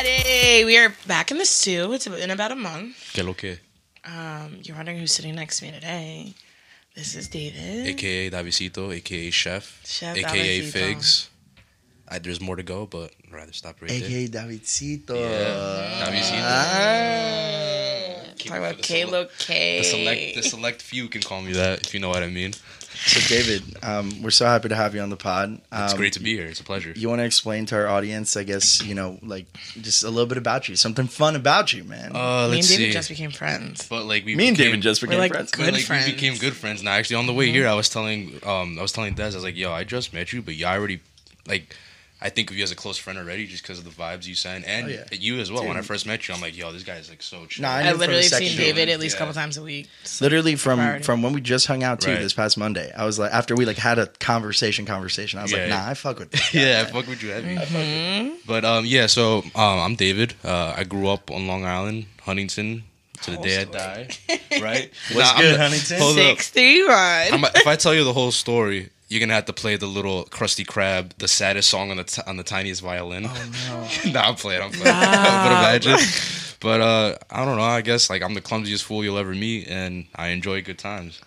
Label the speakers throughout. Speaker 1: Hey, we are back in the stew. It's in about a month.
Speaker 2: Que lo que?
Speaker 1: Um, you're wondering who's sitting next to me today. This is David.
Speaker 2: AKA Davisito, AKA Chef,
Speaker 1: Mm. Chef
Speaker 2: AKA
Speaker 1: Davidito.
Speaker 2: Figs. I, there's more to go, but I'd rather stop right there.
Speaker 3: AKA Davidcito.
Speaker 2: Yeah, Davidcito.
Speaker 3: Ah.
Speaker 1: Talking about Kalo K.
Speaker 2: The select, the select few can call me that, if you know what I mean.
Speaker 3: So, David, um, we're so happy to have you on the pod. Um,
Speaker 2: It's great to be here. It's a pleasure.
Speaker 3: You want to explain to our audience, I guess, you know, like just a little bit about you, something fun about you,
Speaker 2: Uh,
Speaker 3: man.
Speaker 1: me and
Speaker 2: let's
Speaker 1: David
Speaker 2: see.
Speaker 1: just became friends.
Speaker 2: but like we
Speaker 3: Me and
Speaker 2: became-
Speaker 3: David just became
Speaker 1: like
Speaker 3: friends.
Speaker 1: good.
Speaker 2: But like
Speaker 1: friends. Mm-hmm.
Speaker 2: we became good friends. Now, actually, on the way here, I was telling, um, I was telling Des, I was like, "Yo, I just met you, but yeah, I already, like, I think of you as a close friend already, just because of the vibes you send, and
Speaker 3: Oh, yeah.
Speaker 2: you as well. When I
Speaker 3: Dude.
Speaker 2: first met you, I'm like, "Yo, this guy is like so chill."
Speaker 3: Nah, I
Speaker 1: I
Speaker 3: knew from
Speaker 1: literally
Speaker 3: the
Speaker 1: have
Speaker 3: second
Speaker 1: seen
Speaker 3: day.
Speaker 1: David at least a
Speaker 2: Yeah.
Speaker 1: couple times a week.
Speaker 3: Literally from
Speaker 1: Priority.
Speaker 3: from when we just hung out too
Speaker 2: Right.
Speaker 3: this past Monday, I was like after we like had a conversation conversation, I was
Speaker 2: Yeah.
Speaker 3: like, nah, I fuck with this guy,
Speaker 2: yeah, I
Speaker 3: man.
Speaker 2: fuck with you heavy.
Speaker 3: Mm-hmm.
Speaker 2: But um, yeah, so um, I'm David. Uh, I grew up on Long Island, Huntington, to the day I die. Right?
Speaker 3: Oh, What's
Speaker 2: I'm
Speaker 3: good,
Speaker 2: the-
Speaker 3: Huntington?
Speaker 2: Hold up. I'm,
Speaker 1: Sixty-one.
Speaker 2: if I tell you the whole story, you're gonna have to play the little Krusty Krab, the saddest song on the t- on the tiniest violin. Oh no! nah, I'm playing. I'm playing. but imagine. But uh, I don't know. I guess like I'm the clumsiest fool you'll ever meet, and I enjoy good times.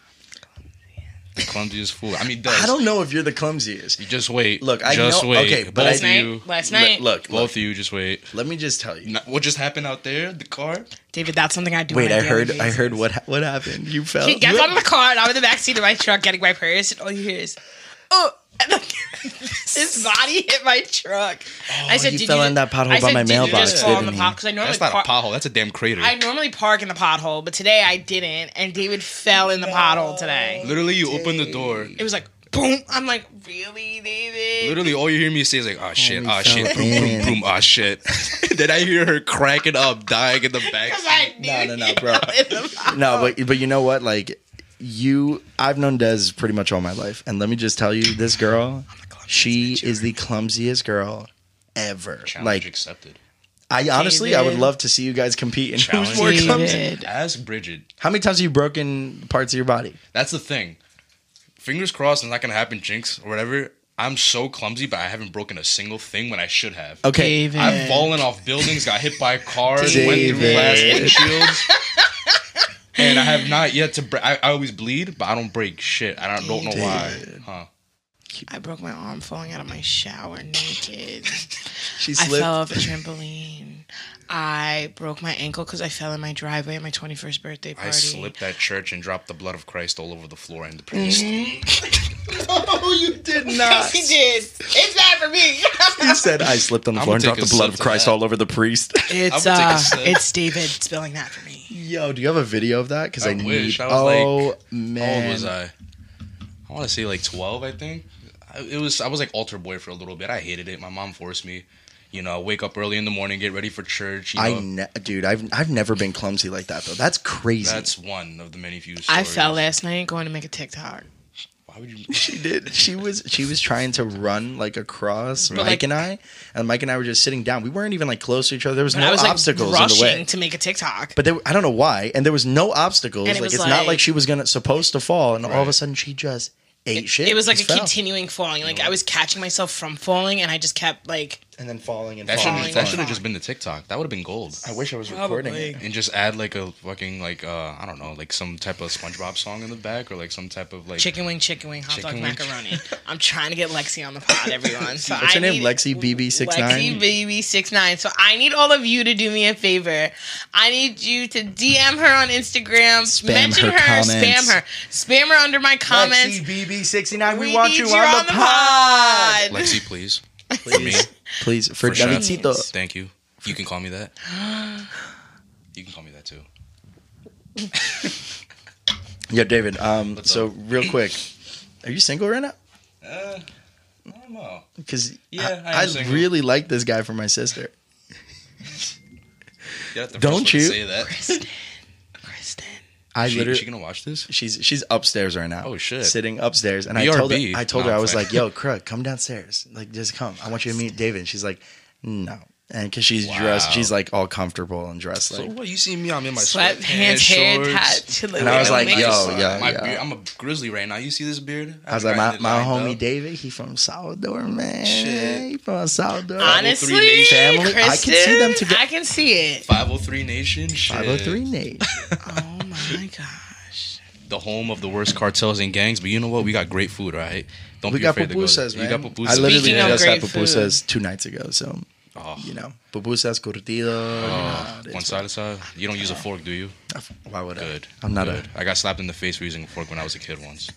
Speaker 2: The clumsiest fool. I mean, does
Speaker 3: I don't know if you're the clumsiest.
Speaker 2: you just wait?
Speaker 3: Look, I
Speaker 2: just
Speaker 3: know-
Speaker 2: wait.
Speaker 3: okay, but
Speaker 2: both
Speaker 3: I-
Speaker 2: of
Speaker 1: Last
Speaker 2: you,
Speaker 1: night. Last night.
Speaker 3: Look, look,
Speaker 2: both of you, just wait.
Speaker 3: let me just tell you.
Speaker 2: Not- what just happened out there? The car?
Speaker 1: David, that's something I do.
Speaker 3: Wait,
Speaker 1: on a
Speaker 3: I heard
Speaker 1: daily
Speaker 3: I
Speaker 1: basis.
Speaker 3: heard what ha- what happened. You fell.
Speaker 1: He gets
Speaker 3: Oh, you-
Speaker 1: out of the car and I'm in the backseat of my truck getting my purse, and all you hear is, oh. and then His body hit my truck. I
Speaker 3: he
Speaker 1: "Did
Speaker 3: Oh, fell
Speaker 1: you
Speaker 3: in
Speaker 1: just-"
Speaker 3: that pothole
Speaker 1: I
Speaker 3: by
Speaker 1: said,
Speaker 3: my
Speaker 1: "Did you
Speaker 3: mailbox,
Speaker 1: Just fall in the
Speaker 3: didn't he?"
Speaker 1: pothole because I normally
Speaker 2: That's
Speaker 1: park.
Speaker 2: not a pothole. That's a damn crater.
Speaker 1: I normally park in the pothole, but today I didn't, and David fell in the pothole today.
Speaker 2: literally, you open the door.
Speaker 1: It was like boom. I'm like, really, David?
Speaker 2: Literally, all you hear me say is like, "Ah shit,
Speaker 3: we
Speaker 2: ah
Speaker 3: fell
Speaker 2: shit, boom, boom,
Speaker 3: in."
Speaker 2: boom, ah shit." then I hear her cracking up, dying in the back.
Speaker 1: Because I knew
Speaker 3: No, no, no,
Speaker 1: he
Speaker 3: bro.
Speaker 1: fell in the pothole.
Speaker 3: No, but but you know what? Like you, I've known Des pretty much all my life, and let me just tell you, this girl, she is the clumsiest girl ever.
Speaker 2: Challenge
Speaker 3: Like
Speaker 2: accepted.
Speaker 3: I honestly, I would
Speaker 1: David.
Speaker 3: love to see you guys compete in who's
Speaker 2: Challenge
Speaker 3: more clumsy.
Speaker 1: David.
Speaker 2: Ask Bridget.
Speaker 3: How many times have you broken parts of your body?
Speaker 2: That's the thing. Fingers crossed, it's not gonna happen. Jinx or whatever. I'm so clumsy, but I haven't broken a single thing when I should have.
Speaker 3: Okay,
Speaker 1: David.
Speaker 2: I've fallen off buildings, got hit by cars, went through
Speaker 3: David.
Speaker 2: glass windshields. and I have not yet to break. I, I always bleed, but I don't break shit. I don't, don't know why. Huh.
Speaker 1: I broke my arm falling out of my shower naked.
Speaker 3: she
Speaker 1: I
Speaker 3: slipped.
Speaker 1: fell off a trampoline. I broke my ankle because I fell in my driveway at my 21st birthday party. Mm-hmm.
Speaker 2: I slipped at church and dropped the blood of Christ all over the floor and the priest.
Speaker 3: oh, you did not.
Speaker 1: He did. It's bad for me.
Speaker 3: He said, "I slipped on the
Speaker 2: I'm
Speaker 3: floor and
Speaker 2: gonna take
Speaker 3: dropped the
Speaker 2: a
Speaker 3: blood
Speaker 2: sip
Speaker 3: of
Speaker 2: to
Speaker 3: Christ
Speaker 2: that.
Speaker 3: all over the priest."
Speaker 2: I would
Speaker 1: it's
Speaker 2: take a
Speaker 1: uh,
Speaker 2: sip.
Speaker 1: it's David spilling that for me.
Speaker 3: Yo, do you have a video of that? Because I,
Speaker 2: I wish.
Speaker 3: need.
Speaker 2: I was
Speaker 3: oh
Speaker 2: like- How
Speaker 3: man,
Speaker 2: old was I? I want to say like 12, I think. I, it was I was like altar boy for a little bit. I hated it. My mom forced me. You know, wake up early in the morning, get ready for church. You know,
Speaker 3: I ne- dude, I've I've never been clumsy like that though. That's crazy.
Speaker 2: that's one of the many few. Stories.
Speaker 1: I fell last night going to make a TikTok.
Speaker 2: Why would you?
Speaker 3: she did. She was she was trying to run like across Mike
Speaker 1: like-
Speaker 3: and I, and Mike and I were just sitting down. We weren't even like close to each other. There was
Speaker 1: But
Speaker 3: no
Speaker 1: I was like
Speaker 3: obstacles in the
Speaker 1: rushing
Speaker 3: way.
Speaker 1: to make a TikTok.
Speaker 3: But there, I don't know why, and there was no obstacles.
Speaker 1: And it
Speaker 3: like
Speaker 1: was
Speaker 3: it's not
Speaker 1: like-
Speaker 3: like she was gonna supposed to fall, and all of a
Speaker 2: Right.
Speaker 3: sudden she just ate shit.
Speaker 1: it was like a
Speaker 3: just fell.
Speaker 1: continuing falling. Like I was catching myself from falling, and I just kept like
Speaker 3: and then falling and
Speaker 2: That should
Speaker 3: falling.
Speaker 1: Falling.
Speaker 3: and
Speaker 2: that
Speaker 3: falling.
Speaker 2: should have just been the TikTok. That would have been gold.
Speaker 3: I wish I was recording it.
Speaker 2: And just add like a fucking like uh I don't know like some type of SpongeBob song in the back or like some type of like
Speaker 1: chicken wing, chicken wing, hot dog,
Speaker 2: Chicken wing.
Speaker 1: macaroni. I'm trying to get Lexi on the pod, everyone. So
Speaker 3: What's
Speaker 1: I
Speaker 3: her
Speaker 1: need-
Speaker 3: name? Lexi BB69?
Speaker 1: Lexi BB69. So I need all of you to do me a favor. I need you to DM her on Instagram,
Speaker 3: Spam
Speaker 1: mention
Speaker 3: her
Speaker 1: her,
Speaker 3: comments.
Speaker 1: spam her, spam her under my comments.
Speaker 3: BB69,
Speaker 1: We need you on the pod.
Speaker 2: Lexi, please.
Speaker 3: Please, please, for,
Speaker 2: For sure.
Speaker 3: Davidcito.
Speaker 2: Thank you. You can call me that. You can call me that too.
Speaker 3: Yeah, David. Um,
Speaker 2: What's
Speaker 3: so real quick, are you single right now?
Speaker 2: Uh, I don't know.
Speaker 3: Because
Speaker 2: Yeah, I am
Speaker 3: I, I
Speaker 2: single.
Speaker 3: really like this guy for my sister.
Speaker 2: You have to
Speaker 3: Don't
Speaker 2: first
Speaker 3: you?
Speaker 2: Say that.
Speaker 1: Kristen.
Speaker 3: I
Speaker 2: She,
Speaker 3: literally,
Speaker 2: she gonna watch this?
Speaker 3: she's she's upstairs right now.
Speaker 2: Oh, shit.
Speaker 3: Sitting upstairs, and I
Speaker 2: BRB.
Speaker 3: told her, I told her
Speaker 2: No,
Speaker 3: I
Speaker 2: I'm
Speaker 3: was
Speaker 2: playing.
Speaker 3: like, "Yo, Krug, come downstairs. Like, just come. I want you to meet David." And she's like, "No." and because she's
Speaker 2: Wow.
Speaker 3: dressed, she's like all comfortable and dressed
Speaker 2: So
Speaker 3: like.
Speaker 2: what? You see me? I'm in my
Speaker 1: Slap hands,
Speaker 2: sweatpants,
Speaker 1: hair,
Speaker 2: shorts.
Speaker 1: tied to the
Speaker 3: And I was like,
Speaker 1: legs.
Speaker 3: yo,
Speaker 2: Uh,
Speaker 3: yeah,
Speaker 2: my
Speaker 3: yeah.
Speaker 2: Beard, I'm a grizzly right now. You see this beard?
Speaker 3: I was like, my,
Speaker 2: grinding
Speaker 3: my
Speaker 2: it lined
Speaker 3: homie
Speaker 2: up.
Speaker 3: David, he from Salvador, man.
Speaker 2: Shit. oh
Speaker 3: He from Salvador.
Speaker 1: honestly,
Speaker 3: Family, I
Speaker 1: Kristen,
Speaker 3: can see them together.
Speaker 1: I can see it.
Speaker 2: 503 Nation. Shit.
Speaker 3: 503 Nate.
Speaker 1: Oh my gosh.
Speaker 2: The home of the worst cartels and gangs. But you know what? We got great food, all right? Don't
Speaker 3: We
Speaker 2: be
Speaker 3: got
Speaker 2: afraid to go.
Speaker 3: pupusas,
Speaker 2: there.
Speaker 3: man.
Speaker 2: You got pupusas.
Speaker 3: I literally
Speaker 1: Speaking of
Speaker 3: just had
Speaker 1: great
Speaker 3: pupusas two nights ago, so
Speaker 2: Oh,
Speaker 3: you know, pupusas
Speaker 2: oh,
Speaker 3: curtido. you know,
Speaker 2: one
Speaker 3: it's-
Speaker 2: side to side. You don't use a fork, do you?
Speaker 3: Why would
Speaker 2: Good.
Speaker 3: I? I'm not
Speaker 2: Good.
Speaker 3: a.
Speaker 2: I got slapped in the face for using a fork when I was a kid once.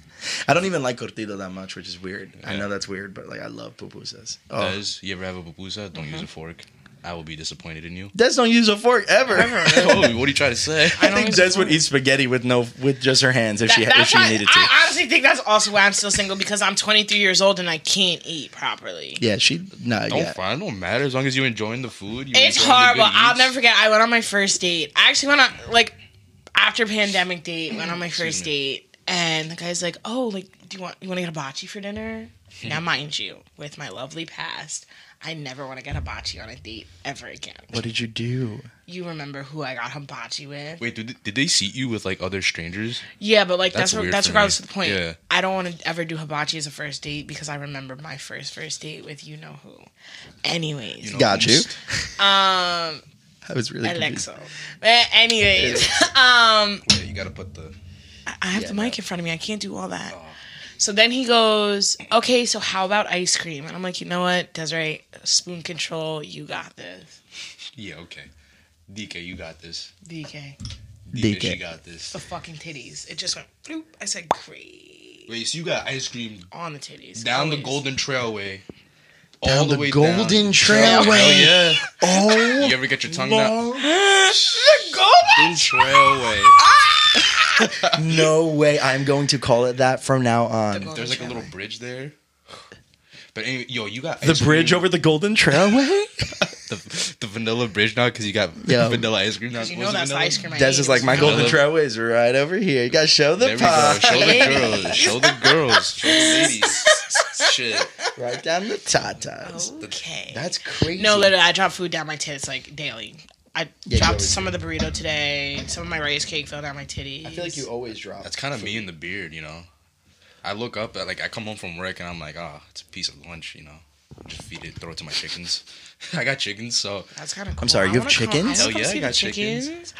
Speaker 3: I don't even like curtido that much, which is weird. I
Speaker 2: Yeah.
Speaker 3: know that's weird, but like I love pupusas. Oh,
Speaker 2: Does you ever have a pupusa? Don't use a fork. I will be disappointed in you.
Speaker 3: Des don't use a fork ever.
Speaker 2: oh, what are you trying to say?
Speaker 3: I
Speaker 1: don't
Speaker 3: think
Speaker 1: use a
Speaker 3: Des would eat spaghetti with no with just her hands if she
Speaker 1: That-
Speaker 3: if
Speaker 1: that's
Speaker 3: she
Speaker 1: why-
Speaker 3: needed to.
Speaker 1: I honestly think that's also why I'm still single because I'm 23 years old and I can't eat properly.
Speaker 3: yeah, she no.
Speaker 2: Don't
Speaker 3: Yeah.
Speaker 2: find. Don't matter as long as you're enjoying the food. you
Speaker 1: It's
Speaker 2: enjoying the
Speaker 1: horrible.
Speaker 2: good
Speaker 1: I'll
Speaker 2: eats.
Speaker 1: never forget. I went on my first date. I actually went on like after pandemic date. Went on my first date, and the guy's like, "Oh, like, do you want you want to get a bocce for dinner?" now, mind you, with my lovely past, I never want to get a bocce on a date ever again.
Speaker 3: What did you do?
Speaker 1: You remember who I got hibachi with?
Speaker 2: Wait, did, did they seat you with like other strangers?
Speaker 1: Yeah, but like that's
Speaker 2: That's
Speaker 1: that's,
Speaker 2: weird
Speaker 1: that's
Speaker 2: for
Speaker 1: regardless
Speaker 2: me.
Speaker 1: of the point.
Speaker 2: Yeah.
Speaker 1: I don't want to ever do hibachi as a first date because I remember my first first date with you know who. Anyways,
Speaker 2: You know,
Speaker 3: Got you.
Speaker 2: almost-
Speaker 1: um,
Speaker 3: I was really confused.
Speaker 1: Alexa. Eh, Anyways, um.
Speaker 2: Yeah, you gotta put the.
Speaker 1: I have the mic in front of me. I can't do all
Speaker 2: Oh.
Speaker 1: that. So then he goes, okay, so how about ice cream? And I'm like, you know what, Desiree, spoon control, you got this.
Speaker 2: Yeah, okay. DK, you got this.
Speaker 1: DK,
Speaker 2: DK,
Speaker 3: DK.
Speaker 2: you got this.
Speaker 1: the fucking titties. It just went, bloop. I said, great.
Speaker 2: Wait, so you got ice cream
Speaker 1: On the titties.
Speaker 2: down the
Speaker 1: Always.
Speaker 2: Golden Trailway.
Speaker 3: Down
Speaker 2: All the,
Speaker 3: the
Speaker 2: way
Speaker 3: Golden
Speaker 2: down. Hell
Speaker 3: Trailway.
Speaker 2: yeah.
Speaker 3: Oh,
Speaker 2: You ever get your tongue out?
Speaker 3: Lord.
Speaker 1: The golden.
Speaker 2: Golden Trailway.
Speaker 3: no way. I'm going to call it that from now on.
Speaker 1: Golden
Speaker 2: There's like a little
Speaker 1: Trailway.
Speaker 2: bridge there. But anyway, yo, you got
Speaker 3: The
Speaker 2: ice
Speaker 3: bridge
Speaker 2: cream-
Speaker 3: over the Golden Trailway?
Speaker 2: the, the vanilla bridge now because you got
Speaker 3: Yeah.
Speaker 2: vanilla ice cream. Not
Speaker 1: 'Cause You know that's the ice cream. I
Speaker 3: Des
Speaker 1: ate.
Speaker 3: is like, my
Speaker 2: I
Speaker 3: Golden
Speaker 2: love-
Speaker 3: Trailway is right over here. You guys show the
Speaker 2: There we go.
Speaker 3: pie.
Speaker 2: Show the girls. Show the girls. Show the ladies. Shit.
Speaker 3: right down the tatas.
Speaker 1: Okay.
Speaker 3: That's crazy.
Speaker 1: Oh. No, literally, I drop food down my tits like daily. I
Speaker 3: you
Speaker 1: dropped
Speaker 3: always
Speaker 1: some of the burrito today. Some of my rice cake fell down my titties.
Speaker 3: I feel like you always drop.
Speaker 2: That's kind of me in the beard, you know. I look up at like I come home from work and I'm like, ah, it's a piece of lunch, you know. Just feed it, throw it to my chickens. I got chickens, so
Speaker 1: That's kind of cool.
Speaker 3: sorry,
Speaker 1: I
Speaker 3: you have
Speaker 1: wanna come- I
Speaker 3: chickens?
Speaker 1: wanna
Speaker 2: Hell
Speaker 1: come
Speaker 2: yeah, I
Speaker 1: see
Speaker 2: got
Speaker 1: the
Speaker 2: chickens.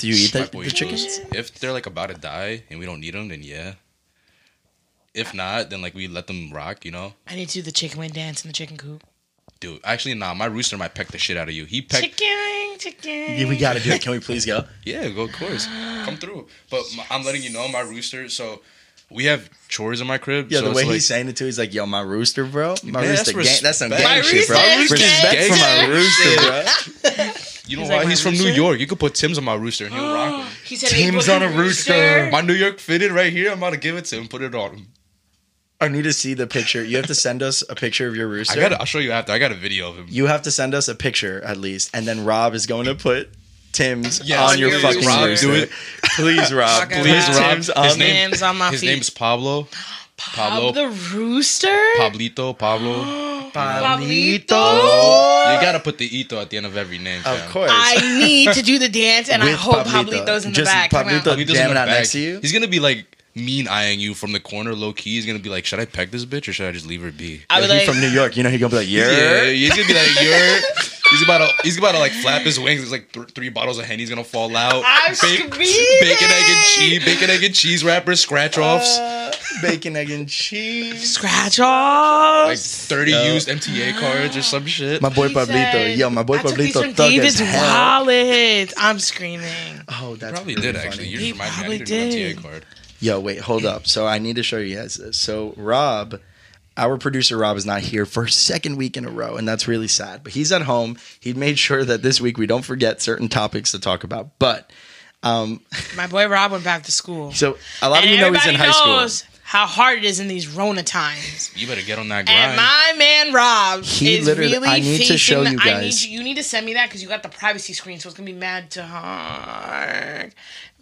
Speaker 3: Do you eat
Speaker 2: my
Speaker 3: that,
Speaker 2: boy
Speaker 3: the chickens?
Speaker 2: If they're like about to die and we don't need them, then yeah. If not, then like we let them rock, you know.
Speaker 1: I need to do the chicken wing dance in the chicken coop.
Speaker 2: Dude, actually, nah, my rooster might peck the shit out of you. He pecked.
Speaker 1: Chicken wing, chicken.
Speaker 3: Yeah, we gotta do it. Can we please go?
Speaker 2: Yeah, go of course. Come through. But my, I'm letting you know my rooster. So we have chores in my crib.
Speaker 3: Yeah,
Speaker 2: so
Speaker 3: the way
Speaker 2: it's like,
Speaker 3: he's saying it too, he's like, "Yo, my rooster, bro. My
Speaker 2: Man,
Speaker 3: rooster,
Speaker 2: that's
Speaker 3: gang, that's some gang
Speaker 2: respect.
Speaker 1: My
Speaker 3: shit, bro.
Speaker 1: rooster's
Speaker 3: Respect
Speaker 2: gang
Speaker 3: for my rooster, bro.
Speaker 2: you know
Speaker 1: He's
Speaker 2: why?
Speaker 1: like, "My
Speaker 2: he's from New
Speaker 1: rooster?"
Speaker 2: York. You could put Tim's on my rooster and he'll rock. 'em.
Speaker 1: He said
Speaker 3: Tim's
Speaker 1: April
Speaker 3: on a
Speaker 1: the
Speaker 3: rooster.
Speaker 2: My New York fitted right here. I'm about to give it to him. Put it on. him.
Speaker 3: I need to see the picture. You have to send us a picture of your
Speaker 2: I
Speaker 3: rooster.
Speaker 2: got. I'll show you after. I got a video of him.
Speaker 3: You have to send us a picture at least, and then Rob is going to put Tim's
Speaker 2: Yeah,
Speaker 3: on
Speaker 1: on
Speaker 3: your
Speaker 1: your
Speaker 3: fucking
Speaker 1: rooster.
Speaker 3: rooster.
Speaker 2: Do it.
Speaker 3: please, Rob.
Speaker 1: Fucking
Speaker 3: please,
Speaker 1: Rob.
Speaker 3: Rob.
Speaker 2: His
Speaker 3: Tim's on
Speaker 2: name-
Speaker 1: Hands on my
Speaker 2: His
Speaker 1: feet.
Speaker 2: name's Pablo.
Speaker 1: Pablo
Speaker 2: Pablo.
Speaker 1: the rooster.
Speaker 2: Pablito. Pablo.
Speaker 1: Pablito.
Speaker 2: You gotta put the ito at the end of every name.
Speaker 3: Of
Speaker 2: fam.
Speaker 3: course.
Speaker 1: I need to do the dance, and I
Speaker 3: With
Speaker 1: hope
Speaker 3: Pablito.
Speaker 1: Pablito's in the
Speaker 3: Just
Speaker 1: back. Come out.
Speaker 3: Pablito.
Speaker 2: He doesn't
Speaker 3: Jamming
Speaker 2: look
Speaker 3: out
Speaker 2: back.
Speaker 3: next to you?
Speaker 2: He's gonna be like mean eyeing you from the corner, low key. He's gonna be like, should I peck this bitch or should I just leave her be?
Speaker 1: I was
Speaker 3: He's
Speaker 1: like,
Speaker 3: from New York. You know, he's gonna be like,
Speaker 2: Yeah,
Speaker 3: yeah.
Speaker 2: he's gonna be like, you're. He's about to. He's about to like flap his wings. There's like th- three bottles of henny's gonna fall out.
Speaker 1: I'm
Speaker 2: Bake-
Speaker 1: screaming.
Speaker 2: Bacon, egg, and cheese. Bacon, egg, and cheese wrappers, scratch offs.
Speaker 3: Uh, bacon, egg, and cheese.
Speaker 1: scratch
Speaker 2: like
Speaker 1: offs.
Speaker 2: thirty
Speaker 3: Yo.
Speaker 2: used MTA cards or some shit.
Speaker 3: My boy
Speaker 1: He
Speaker 3: Pablito.
Speaker 1: said,
Speaker 3: Yo, my boy
Speaker 1: I took these
Speaker 3: Pablito
Speaker 1: from
Speaker 3: thug as
Speaker 1: David's
Speaker 3: hell.
Speaker 1: wallet. I'm screaming.
Speaker 3: Oh, that's
Speaker 2: probably
Speaker 3: really
Speaker 2: did
Speaker 3: funny.
Speaker 2: actually. You
Speaker 1: He
Speaker 2: just reminded me. I
Speaker 1: probably
Speaker 2: needed an
Speaker 1: did.
Speaker 2: MTA card.
Speaker 3: Yo, wait, hold up. So I need to show you guys this. So Rob, our producer Rob is not here for a second week in a row, and that's really sad. But he's at home. He made sure that this week we don't forget certain topics to talk about. But um,
Speaker 1: My boy Rob went back to school.
Speaker 3: so a lot of
Speaker 1: And
Speaker 3: you know he's in
Speaker 1: everybody
Speaker 3: high school.
Speaker 1: knows how hard it is in these Rona times.
Speaker 2: You better get on
Speaker 1: And
Speaker 2: that grind.
Speaker 1: my man Rob
Speaker 3: He
Speaker 1: is
Speaker 3: literally-
Speaker 1: really
Speaker 3: I need to
Speaker 1: facing.
Speaker 3: show you
Speaker 1: I need
Speaker 3: guys.
Speaker 1: you, you need to send me that because you got the privacy screen, so it's gonna be mad to hard.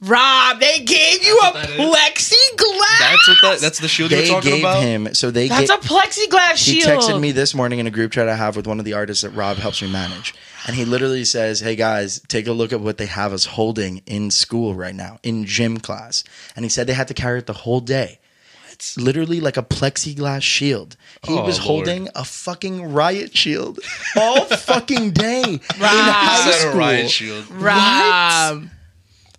Speaker 1: Rob, they gave you
Speaker 2: That's
Speaker 1: a
Speaker 2: what
Speaker 1: plexiglass.
Speaker 2: that's what that, that's the shield you were
Speaker 3: They
Speaker 2: talking
Speaker 3: gave
Speaker 2: about.
Speaker 3: him so they
Speaker 1: That's
Speaker 3: gave,
Speaker 1: a plexiglass
Speaker 3: he
Speaker 1: shield.
Speaker 3: texted me this morning in a group chat I have with one of the artists that Rob helps me manage. And he literally says, Hey guys, take a look at what they have us holding in school right now, in gym class. And he said they had to carry it the whole day. Literally like a plexiglass shield. He
Speaker 2: Oh,
Speaker 3: was
Speaker 2: Lord.
Speaker 3: holding a fucking riot shield all fucking day in high
Speaker 2: Is that a
Speaker 3: school.
Speaker 2: riot shield?
Speaker 1: Rob.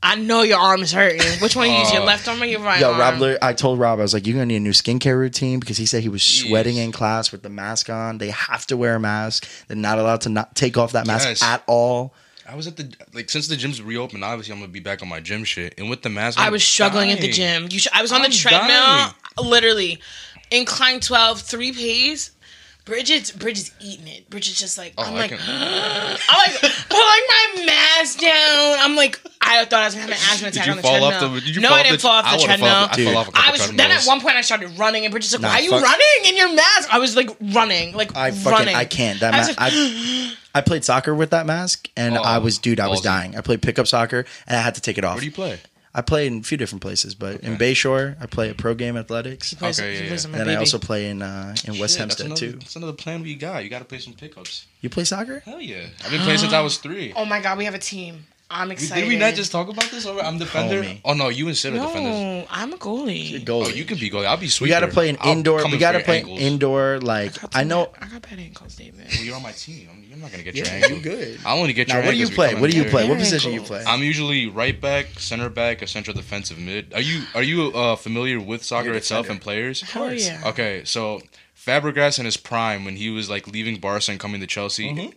Speaker 1: I know your arm is hurting. Which one you use? Your
Speaker 2: Oh.
Speaker 1: left arm or your right
Speaker 3: Uh, Yo,
Speaker 1: arm?
Speaker 2: Uh-huh.
Speaker 3: Rob, literally- I told Rob, I was like, you're going to need a new skincare routine because he said he was sweating
Speaker 2: Jeez.
Speaker 3: in class with the mask on. They have to wear a mask. They're not allowed to not take off that mask
Speaker 2: Yes.
Speaker 3: at all.
Speaker 2: I was at the like since the gyms reopened. Obviously, I'm gonna be back on my gym shit. And with the mask,
Speaker 1: I
Speaker 2: I'm
Speaker 1: was struggling at the
Speaker 2: dying.
Speaker 1: gym. You sh- I was on
Speaker 2: I'm
Speaker 1: the treadmill,
Speaker 2: dying.
Speaker 1: literally, incline 12, three Ps. Bridget's Bridget's eating it. Bridget's just like
Speaker 2: Oh,
Speaker 1: I'm
Speaker 2: I
Speaker 1: like
Speaker 2: can-
Speaker 1: I'm like pulling my mask down. I'm like I thought I was gonna have an asthma attack
Speaker 2: Did you
Speaker 1: on the
Speaker 2: fall off
Speaker 1: treadmill.
Speaker 2: the? Did you
Speaker 1: no,
Speaker 2: fall
Speaker 1: I didn't fall off the
Speaker 2: I would've
Speaker 1: treadmill.
Speaker 2: fall off- I
Speaker 3: Dude.
Speaker 2: fell off a couple
Speaker 1: I was then at
Speaker 2: treadmills.
Speaker 1: one point I started running and Bridget's like,
Speaker 3: Nah,
Speaker 1: "Why are you
Speaker 3: fuck-
Speaker 1: running in your mask?" I was like running, like
Speaker 3: I fucking,
Speaker 1: running.
Speaker 3: I can't. That
Speaker 1: I was
Speaker 3: mask.
Speaker 1: like,
Speaker 3: I, I played soccer with that mask and
Speaker 2: Oh,
Speaker 3: I was, dude, I was
Speaker 2: ballsy.
Speaker 3: dying. I played pickup soccer and I had to take it off.
Speaker 2: Where do you play?
Speaker 3: I play in a few different places, but in Bayshore, I play at Pro Game Athletics.
Speaker 1: He plays-
Speaker 2: Okay,
Speaker 1: he
Speaker 2: yeah,
Speaker 1: plays
Speaker 2: yeah.
Speaker 1: with my
Speaker 3: And I
Speaker 1: baby.
Speaker 3: also play in uh, in West
Speaker 2: Shit, that's
Speaker 3: Hempstead
Speaker 2: another-
Speaker 3: too.
Speaker 2: That's another plan we got. You got to play some pickups.
Speaker 3: You play soccer?
Speaker 2: Hell yeah! I've been playing since I was three.
Speaker 1: Oh my god, we have a team. I'm
Speaker 2: We-
Speaker 1: excited.
Speaker 2: did we not just talk about this? Over? I'm defender.
Speaker 3: Homie.
Speaker 2: Oh no, you and Sid are defenders.
Speaker 1: No, I'm a goalie.
Speaker 2: Oh, you can be goalie. I'll be sweet.
Speaker 3: We got to play an indoor. We got to play an
Speaker 2: ankles.
Speaker 3: indoor. Like I know.
Speaker 1: I got bad ankles, David.
Speaker 2: Well, you're on my team. I'm, you're not gonna get your
Speaker 3: Yeah,
Speaker 2: ankles.
Speaker 3: you good.
Speaker 2: I only get
Speaker 3: Now,
Speaker 2: your
Speaker 3: what do you
Speaker 2: ankles
Speaker 3: play?
Speaker 2: becoming
Speaker 3: What do you
Speaker 2: bigger.
Speaker 3: play? What
Speaker 1: Very
Speaker 3: position you
Speaker 1: cool.
Speaker 3: play?
Speaker 2: I'm usually right back, center back, or central defensive mid. Are you are you uh, familiar with soccer
Speaker 3: You're a
Speaker 2: itself
Speaker 3: defender.
Speaker 2: and players? Of
Speaker 1: course. yeah.
Speaker 2: Okay, so Fabregas in his prime when he was like leaving Barca and coming to Chelsea.
Speaker 3: Mm-hmm.